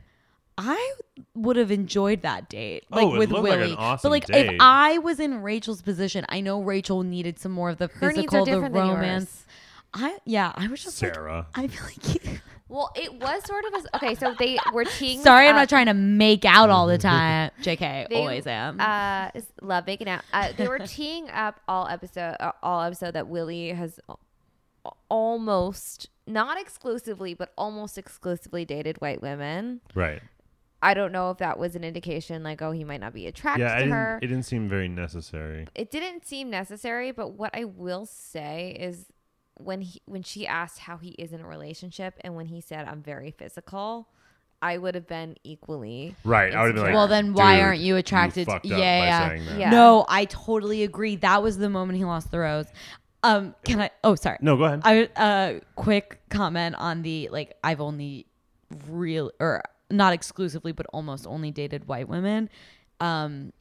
I would have enjoyed that date, like Oh, it with looked Willie. like an awesome but like, date. if I was in Rachel's position, I know Rachel needed some more of the Her needs physical, are the different than yours. romance. I yeah, I was just Sarah. like, I feel like. Well, it was sort of a, okay. So they were teeing. Sorry, I'm up- not trying to make out all the time. JK, They, always am. Uh, is- love making out. Uh, they were teeing up all episode, uh, all episode that Willie has al- almost not exclusively, but almost exclusively dated white women. Right. I don't know if that was an indication, like, oh, he might not be attracted Yeah, I to didn't, her. it didn't seem very necessary. it didn't seem necessary but what i will say is when he when she asked how he is in a relationship and when he said i'm very physical i would have been equally Right. I would have been like, well, then why "Dude, aren't you attracted? fucked to- up by yeah, saying yeah. that." Yeah. No, I totally agree. That was the moment he lost the rose. Um, can I? Oh, sorry. No, go ahead. I uh, quick comment on the like. I've only real or not exclusively, but almost only dated white women. Um,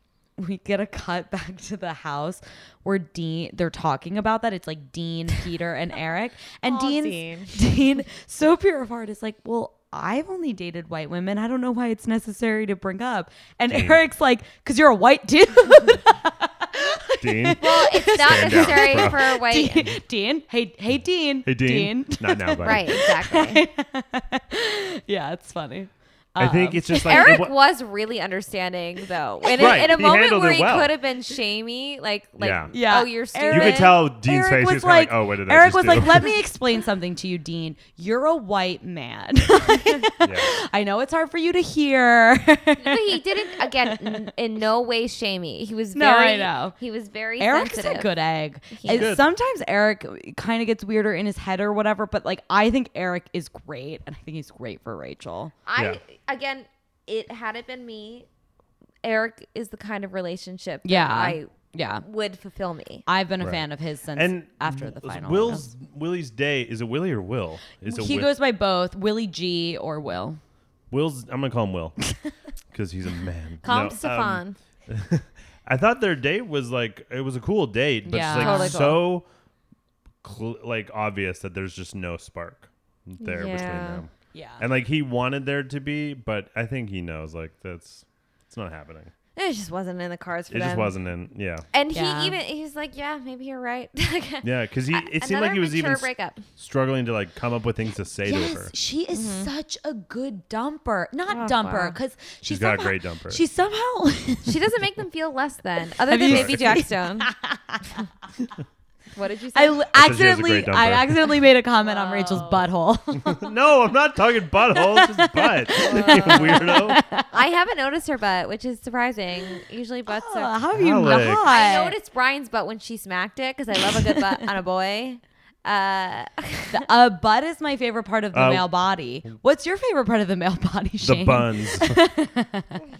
we get a cut back to the house where Dean. They're talking about that. It's like Dean, Peter, and Eric, and Dean's, Dean. so pure of heart, is like, well. I've only dated white women. I don't know why it's necessary to bring up. And Eric's like, because you're a white dude. Dean. well it's not Stand out, necessary bro. for a white Dean, Dean, hey, hey, Dean. Hey, Dean. Not now, buddy. right exactly yeah, it's funny. I Um, think it's just like it eric wa- was really understanding though and in- Right, in, a he moment handled where it he well. could have been shamey like like Yeah. Yeah. oh you're stupid Eric- you could tell Dean's Eric face was was kind of like, oh, what did Eric I just was do? like, let me explain something to you, Dean. You're a white man. Yeah. I know it's hard for you to hear. but he didn't again n- in no way shamey he was No, I very know. he was very Eric's sensitive. a good egg. He's And Sometimes Eric kind of gets weirder in his head or whatever, but like I think Eric is great, and I think he's great for Rachel. I Yeah. again, it had it been me, Eric is the kind of relationship that Yeah, I yeah. would fulfill me. I've been a Right. fan of his since and after the final. Will's Willie's day is it Willie or Will? Is it he Will- goes by both Willie G or Will. Will's? I'm gonna call him Will because he's a man. Calm No, um, Stefan. I thought their date was like it was a cool date, but Yeah. it's like Totally so cl- like obvious that there's just no spark there Yeah. between them. Yeah. And like he wanted there to be, but I think he knows like that's it's not happening. it just wasn't in the cards for It them. just wasn't in. Yeah, And Yeah. he even he's like, yeah, maybe you're right. yeah, because he it seemed like Another he was even mature s- breakup. struggling to like come up with things to say Yes, to her. she is such a good dumper. Not dumper, because She's got a great dumper. She somehow. She doesn't make them feel less than. Other Have than you maybe Jack Stone? What did you say? I l- That's because she has a accidentally great I dumper. accidentally made a comment on Rachel's Whoa. butthole. no, I'm not talking butthole, it's just butt. you weirdo. I haven't noticed her butt, which is surprising. Usually butts Oh, are. how have you Alex. not? I noticed Brian's butt when she smacked it because I love a good butt on a boy. Uh, The- A butt is my favorite part of the Uh, male body. What's your favorite part of the male body? The Shane? buns.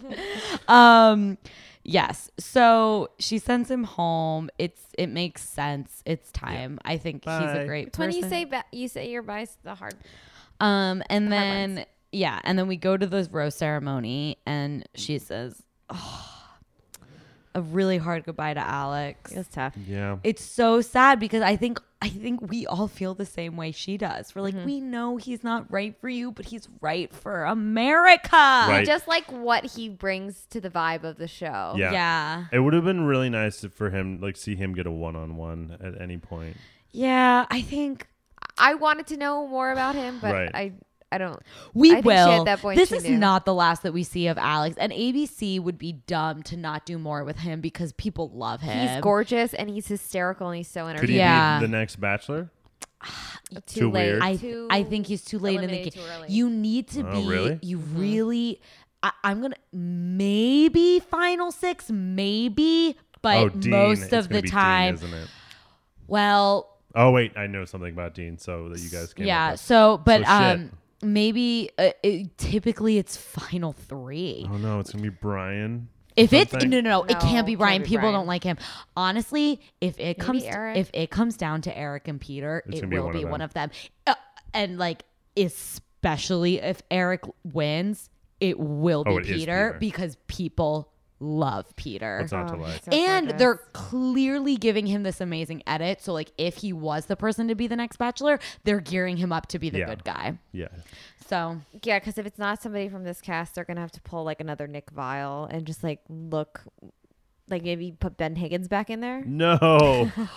um yes so she sends him home it's it makes sense it's time i think he's a Bye. great person when you say ba- you say your butt's the hard. um and Hard then ones. yeah and then we go to the rose ceremony and she says "Oh, a really hard goodbye to alex It's tough. yeah. it's so sad because I think I think we all feel the same way she does. We're like, Mm-hmm. we know he's not right for you, but he's right for America. Right. Just like what he brings to the vibe of the show. Yeah. Yeah. It would have been really nice if- for him, like, see him get a one on one at any point. Yeah. I think I wanted to know more about him, but Right. I I don't. We I think she will. at that point this she is knew. not the last that we see of Alex, and ABC would be dumb to not do more with him because people love him. He's gorgeous and he's hysterical and he's so Could entertaining. he Yeah. be the next bachelor? Too, Too late. weird. I Too- I think he's too late in the eliminated game. too early. Mm-hmm. You need to Oh, be. really? You really. I, I'm gonna maybe final six, maybe, but oh, Dean. most It's of gonna the be Dean, time, isn't it? well, Oh wait, I know something about Dean, so that you guys can. yeah. So, but So shit. um, maybe uh, it, typically it's final three. Oh no, it's gonna be Brian. If it's something? no, no, no, it can't No, be can't Brian. be People Brian. don't like him. Honestly, if it comes, Eric. if it comes down to Eric and Peter, It's it gonna be will one be of one them. of them. Uh, and like, especially if Eric wins, it will be Oh, it is Peter, Peter. because people love Peter. What's not um, to like? And they're clearly giving him this amazing edit. So, like, if he was the person to be the next bachelor, they're gearing him up to be the Yeah. good guy. Yeah. So, Yeah, because if it's not somebody from this cast, they're gonna have to pull like another Nick Vile and just like look, like maybe put Ben Higgins back in there. No.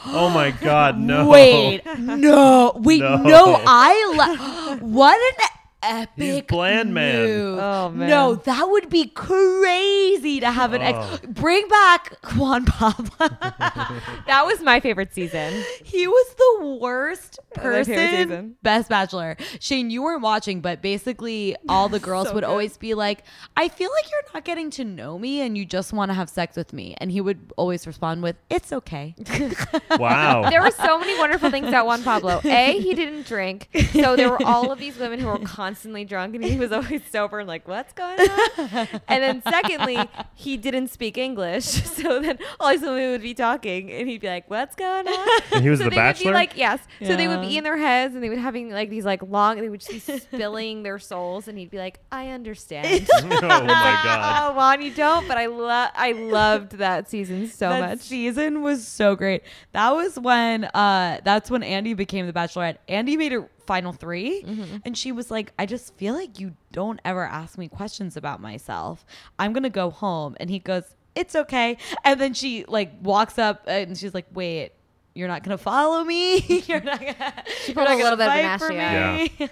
oh my God. No. Wait, no, wait, no. No. I li- what an epic He's bland man. move. Oh, man. No, that would be crazy to have an Oh. ex. Bring back Quan Papa. That was my favorite season. he was the worst Another favorite person. season. Best Bachelor. Shane, you weren't watching, but basically all the girls So would good. always be like, "I feel like you're not getting to know me, and you just want to have sex with me." And he would always respond with, "It's okay." Wow. There were so many wonderful things about Juan Pablo. A, he didn't drink, so there were all of these women who were constantly drunk, and he was always sober and like, what's going on? And then secondly, he didn't speak English, so then all these women would be talking, and he'd be like, "What's going on?" and he was so the they Bachelor. would be like, yes. So they would Yeah. be in their heads, and they would having like these like long. They would just be spilling their souls, and he'd be like, I understand. oh my God. oh, Juan, you don't. But I love, I loved that season so that much. season was so great. That was when uh that's when Andy became the bachelorette. Andy made her final 3 Mm-hmm. and she was like, "I just feel like you don't ever ask me questions about myself. I'm going to go home." And he goes, "It's okay." And then she like walks up and she's like, "Wait, you're not gonna follow me. you're not gonna. She pulled a little bit of an me. Yeah.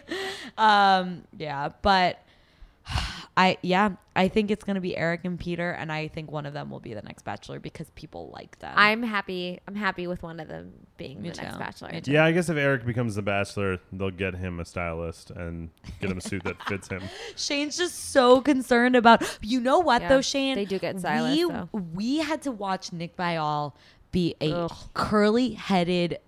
um. Yeah. But I yeah, I think it's gonna be Eric and Peter, and I think one of them will be the next Bachelor because people like them. I'm happy. I'm happy with one of them being Me the next too. Bachelor. Me too. Yeah, I guess if Eric becomes the Bachelor, they'll get him a stylist and get him a suit that fits him. Shane's just so concerned about you know what Yeah, though, Shane. they do get stylists, We though. we had to watch Nick Vial be a Ugh. curly headed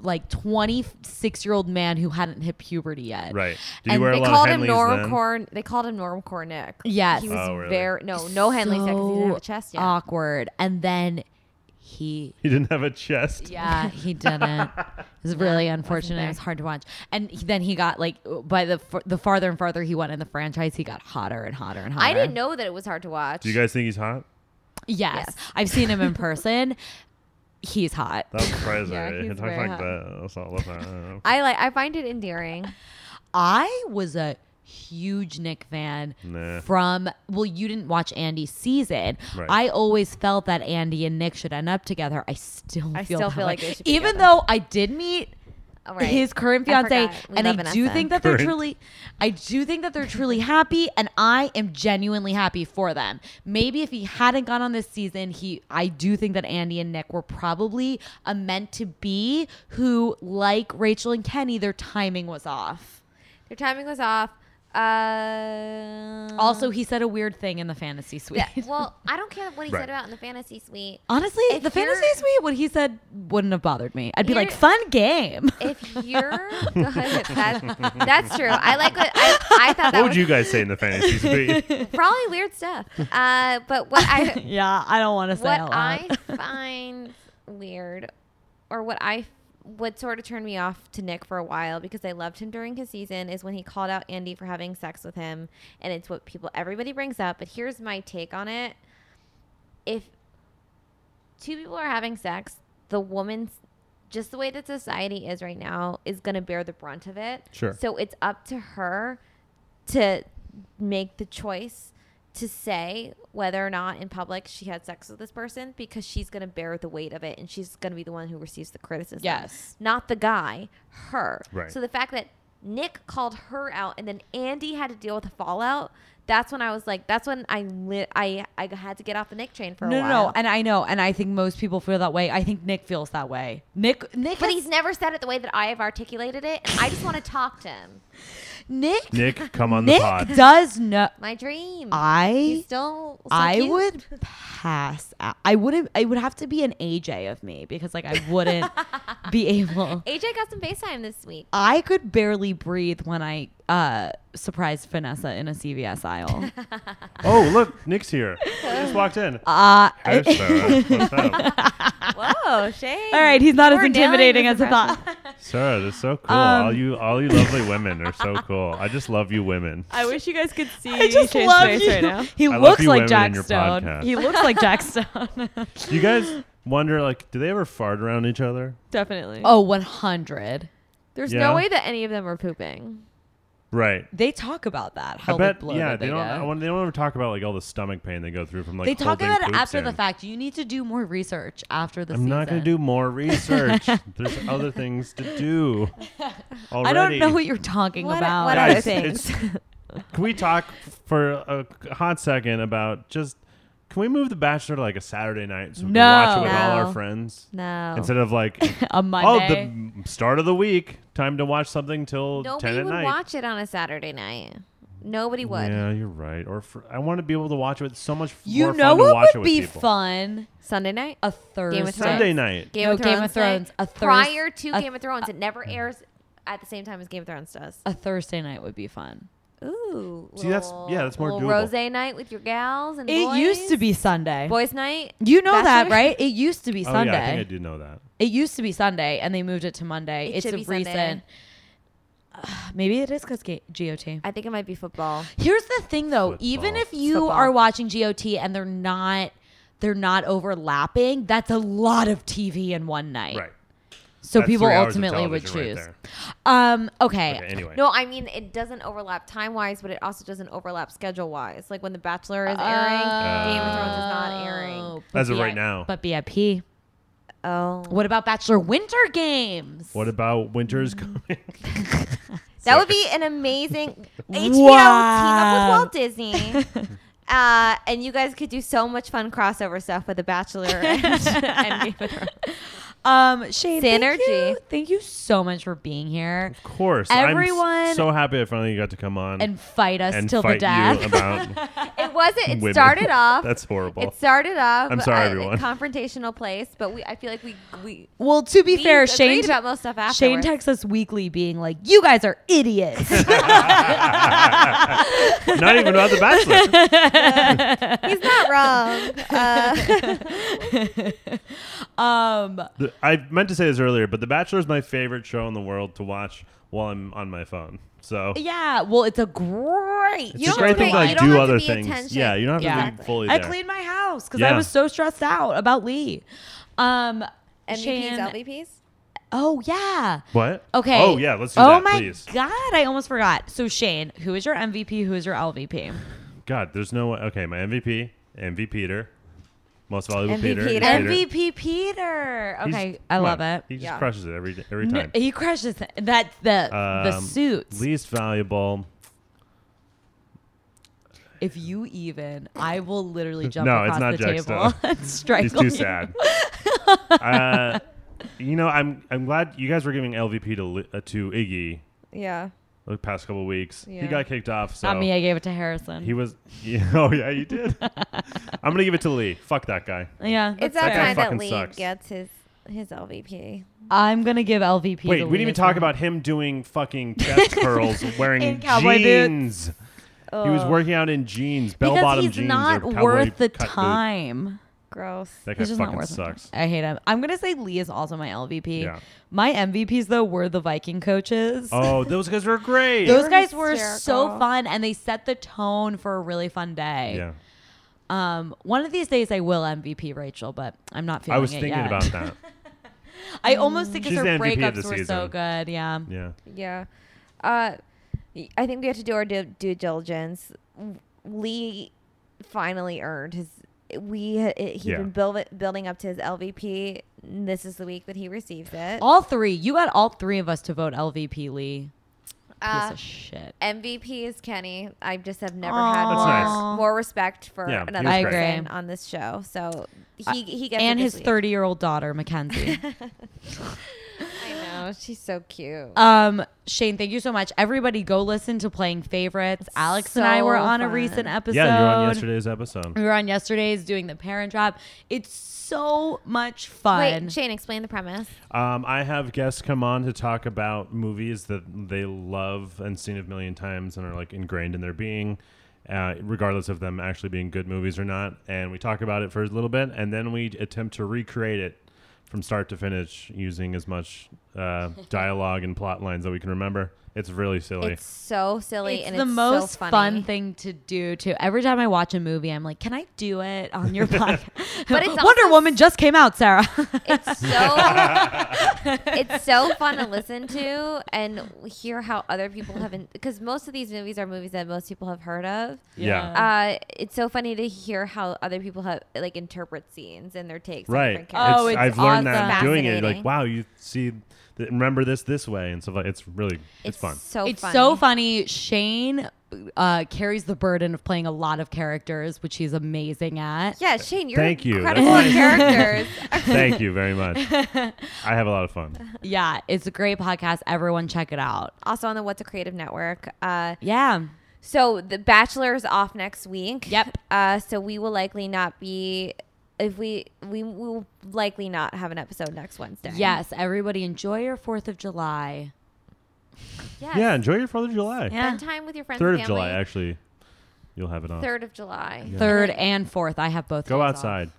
like 26 year old man who hadn't hit puberty yet Right. Did he And wear a They lot called of him Henleys then? normcore. They called him normcore Nick. Yes. he was Oh, really? very no no Henley so because he didn't have a So chest yet. Awkward. And then he He didn't have a chest. Yeah, he didn't. it was really unfortunate. It there. was hard to watch. And he- then he got like by the f- the farther and farther he went in the franchise, he got hotter and hotter and hotter. I didn't know that it was hard to watch. Do you guys think he's hot? Yes, Yes. I've seen him in person. He's hot. That was surprising. Yeah, right? he's He talks very like hot. that. That's all about. I like. I find it endearing. I was a huge Nick fan Nah. from well you didn't watch Andy's season. Right. I always felt that Andy and Nick should end up together. I still I feel still that feel way. like they should be even together. though I did meet All right. his current I fiance forgot. We and love i do Vanessa. think that they're Current. truly i do think that they're truly happy and i am genuinely happy for them maybe if he hadn't gone on this season he i do think that andy and nick were probably a meant to be who like rachel and kenny their timing was off Their timing was off. Uh, also he said a weird thing in the fantasy suite that- well, I don't care what he Right. said about in the fantasy suite. honestly if the fantasy you're- suite what he said wouldn't have bothered me i'd be like You're- fun game If you're good, that, that's true. I like what I, I thought that What would was you guys say in the fantasy suite? probably weird stuff. Uh, but what I yeah i don't want to say what out I loud. find weird, or what I what sort of turned me off to Nick for a while because I loved him during his season is when he called out Andy for having sex with him, and it's what people everybody brings up. But here's my take on it: if two people are having sex, the woman's just the way that society is right now is going to bear the brunt of it. Sure. So it's up to her to make the choice to say whether or not in public she had sex with this person because she's going to bear the weight of it and she's going to be the one who receives the criticism. Yes. Not the guy, her. Right. So the fact that Nick called her out and then Andy had to deal with the fallout, that's when I was like that's when I li- I I had to get off the Nick train for no, a while. No, no, and I know, and I think most people feel that way. I think Nick feels that way. Nick, Nick, but has- he's never said it the way that I have articulated it. And I just want to talk to him. Nick. Nick, come on Nick the pod. does know. My dream. I He's still. so I cute. would pass. Out. I wouldn't. I would have to be an AJ of me because like I wouldn't be able. AJ got some FaceTime this week. I could barely breathe when I uh surprised Vanessa in a CVS aisle. Oh, look, Nick's here. He just walked in. Uh, Hey, Sarah. What's up? Whoa, shade. all right, he's not as We're nailing intimidating this as I thought. Sarah, that's so cool. Um, all you, all you lovely women are so cool. I just love you, women. I wish you guys could see I just Shade's love face you. right now. He I love looks you like women Jack and your Stone. podcast. He looks like Jack Stone. You guys wonder, like, do they ever fart around each other? Definitely. oh, one hundred. There's Yeah. no way that any of them are pooping. Right. They talk about that. How I bet. bloated Yeah, they, they don't. get. I wonder- they don't ever talk about like all the stomach pain they go through from like. they talk holding about it poops after the in. fact. You need to do more research after the I'm season. not gonna do more research. There's other things to do. Already. I don't know what you're talking What- about. what Guys, other things? it's- Can we talk for a hot second about just? Can we move The Bachelor to like a Saturday night so we can watch it No. with all No. our friends No. instead of like a oh the Monday. m- start of the week time to watch something till ten Nobody at would night. watch it on a Saturday night. Nobody would. Yeah, you're right. Or fr- I want to be able to watch it with so much. you more know fun to watch what it would with be people. fun? Sunday night. A Thursday. Game of Thrones. Sunday night. Game, No, of Thrones Game of night. Thrones, a Thurs- prior to a- Game of Thrones, it never airs at the same time as Game of Thrones does. A Thursday night would be fun. Ooh. See, that's- yeah, that's more little doable. Rose night with your gals and It boys. used to be Sunday. boys night. you know that, Bachelor? right? It used to be Oh Sunday. yeah, I think I do know that. It used to be Sunday, and they moved it to Monday. It it's should a be Sunday. recent. Maybe it is because GOT. I think it might be football. Here's the thing though, Football. even if you Football. are watching GOT and they're not they're not overlapping, that's a lot of TV in one night. Right. So That's people three hours of ultimately would choose. television right um okay. there. Okay, anyway. No, I mean it doesn't overlap time wise, but it also doesn't overlap schedule wise. Like when The Bachelor is airing, Game of Thrones is not airing. Oh, but As of B- right now. But BIP. Oh, What about Bachelor Winter Games? What about winter's coming? That would be an amazing HBO Wow. team up with Walt Disney. Uh, and you guys could do so much fun crossover stuff with The Bachelor and, and Game of Thrones. um Shane Thank you, Synergy. thank you so much for being here Of course. I'm Everyone- s- so happy I finally got to come on and fight us Mm. and till the fight death. you about It wasn't. It women. started off. That's horrible. It started off. I'm sorry, a- everyone. A confrontational place, but we. I feel like we we. well, to be we fair, agreed Shane about most stuff Shane afterwards. texts us weekly being like, You guys are idiots. Not even about the Bachelor. He's not wrong. Uh, um The- I meant to say this earlier, but The Bachelor is my favorite show in the world to watch while I'm on my phone. So Yeah, well, it's a great. it's you a don't great have to pay- thing to you like don't do have to other pay things. attention. Yeah, you don't have to Exactly. be fully I there. cleaned my house because I Yeah. was so stressed out about Lee. Um, MVPs, Shane- LVPs. Oh yeah. What? Okay. Oh yeah, let's do oh that, my please. god, I almost forgot. So Shane, who is your MVP? Who is your LVP? God, there's no way. Okay, my MVP, MVP'er, Most valuable MVP Peter. Peter. MVP Peter. He's- Okay, I come love on. it. He just Yeah. crushes it every every No, time. he crushes it. That's the the Um, suits. Least valuable. if you even, I will literally jump No, it's across not the Jack's table stuff. and strangle He's too you. sad. uh, you know, I'm I'm glad you guys were giving LVP to Li- uh, to Iggy Yeah. the past couple weeks. He Yeah. got kicked off, so Not me. I gave it to Harrison. he was. Yeah, oh yeah, you did. I'm gonna give it to Lee. Fuck that guy. yeah, that's It's that fair. guy time that fucking Lee sucks. gets his his LVP. I'm gonna give LVP. Wait, to we didn't Lee even as talk well. about him doing fucking chest curls wearing In cowboy jeans. He was Ugh, working out in jeans, bell because bottom he's jeans. or not cowboy worth the cut boot. time. Gross. That guy He's just not fucking worth sucks. it. I hate him. I'm gonna say Lee is also my LVP. Yeah. My MVPs though were the Viking coaches. Oh, those guys were great. Those They're guys were so hysterical. fun and they set the tone for a really fun day. yeah. Um, one of these days I will MVP Rachel, but I'm not feeling I was it thinking yet. about that. I almost think 'cause She's her the MVP of breakups the were so season. good. Yeah. Yeah. Yeah. Uh, I think we have to do our due, due diligence. Lee finally earned his. We he's Yeah. been build, building up to his LVP. This is the week that he receives it. All three. You got all three of us to vote LVP Lee. Uh, Piece of shit. MVP is Kenny. I just have never had Aw. more, That's nice. more respect for Yeah, he another was I great. person agree. on this show. So Uh, he he gets it And this his week. 30 year old daughter, Mackenzie. I know she's so cute. Um, Shane, thank you so much. Everybody, go listen to Playing Favorites. Alex and I so were on a fun. recent episode. Yeah, you're on yesterday's episode. We were on yesterday's doing the parent drop. It's so much fun. Wait, Shane, explain the premise. Um, I have guests come on to talk about movies that they love and seen a million times and are like ingrained in their being, uh, regardless of them actually being good movies or not. And we talk about it for a little bit, and then we attempt to recreate it from start to finish using as much uh, dialogue and plot lines that we can remember. It's really silly. It's so silly it's and the it's most so funny. fun thing to do too. Every time I watch a movie, I'm like, "Can I do it on your podcast?" But it's Wonder also- Woman just came out, Sarah. It's so it's so fun to listen to and hear how other people haven't because most of these movies are movies that most people have heard of. Yeah. Uh, it's so funny to hear how other people have like interpret scenes and their takes. on Right. different characters. Oh, it's I've learned that awesome. doing it. Like, Fascinating. wow, you see, th- remember this this way, and stuff like. It's really, it's, fun. So it's funny. so funny. Shane uh, carries the burden of playing a lot of characters, which he's amazing at. Yeah, Shane, you're Thank you. incredible That's at characters. Thank you very much. I have a lot of fun. Yeah, it's a great podcast. Everyone, check it out. also on the What's a Creative Network. Uh, Yeah. So the Bachelor is off next week. Yep. Uh, so we will likely not be if we we will likely not have an episode next Wednesday. Yes, everybody enjoy your 4th of July. Yes. Yeah, enjoy your Fourth of July. Yeah. Spend time with your friends. Third and of family. July, actually, you'll have it on. Third of July. 3rd and 4th. I have both. Go days off. outside.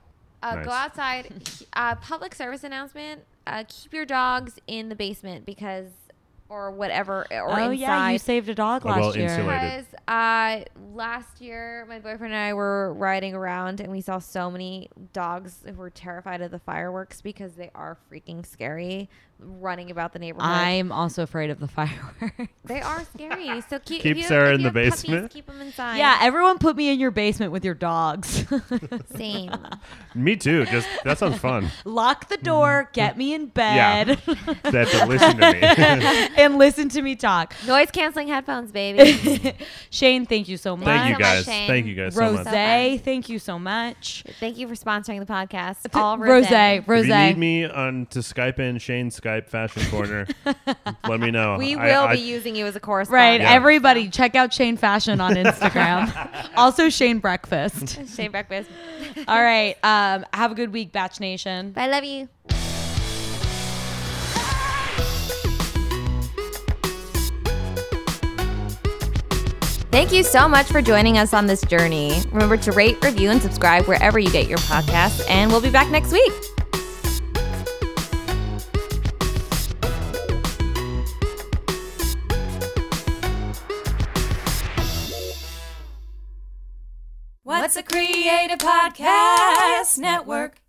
Uh, Nice. Go outside. uh, public service announcement. Uh, keep your dogs in the basement because, or whatever, or oh, inside. yeah, you saved a dog Oh, last well, year. insulate. because uh, last year my boyfriend and I were riding around and we saw so many dogs who were terrified of the fireworks because they are freaking scary running about the neighborhood. I'm also afraid of the fireworks. they are scary. So keep, Keep if you- Sarah if in you the have puppies, basement. keep them inside. yeah, everyone put me in your basement with your dogs. same. Me too. Just that sounds fun. Lock the door, get me in Yeah. bed, they have to listen to me. and listen to me talk. Noise canceling headphones, baby. Shane, thank you so much. Thank you so much, guys. Shane. Thank you guys so Rose, much. thank you so much. Thank you for sponsoring the podcast. All Rose, Rosé. Rose. If you need me on to Skype in Shane Skype Fashion Corner, let me know. We will I- I- be using you as a Right, correspondent. Yeah. everybody, check out Shane Fashion on Instagram. also, Shane Breakfast. Shane Breakfast. All right, um, have a good week, Batch Nation. I love you. Thank you so much for joining us on this journey. Remember to rate, review, and subscribe wherever you get your podcasts, and we'll be back next week. What's a Creative Podcast Network?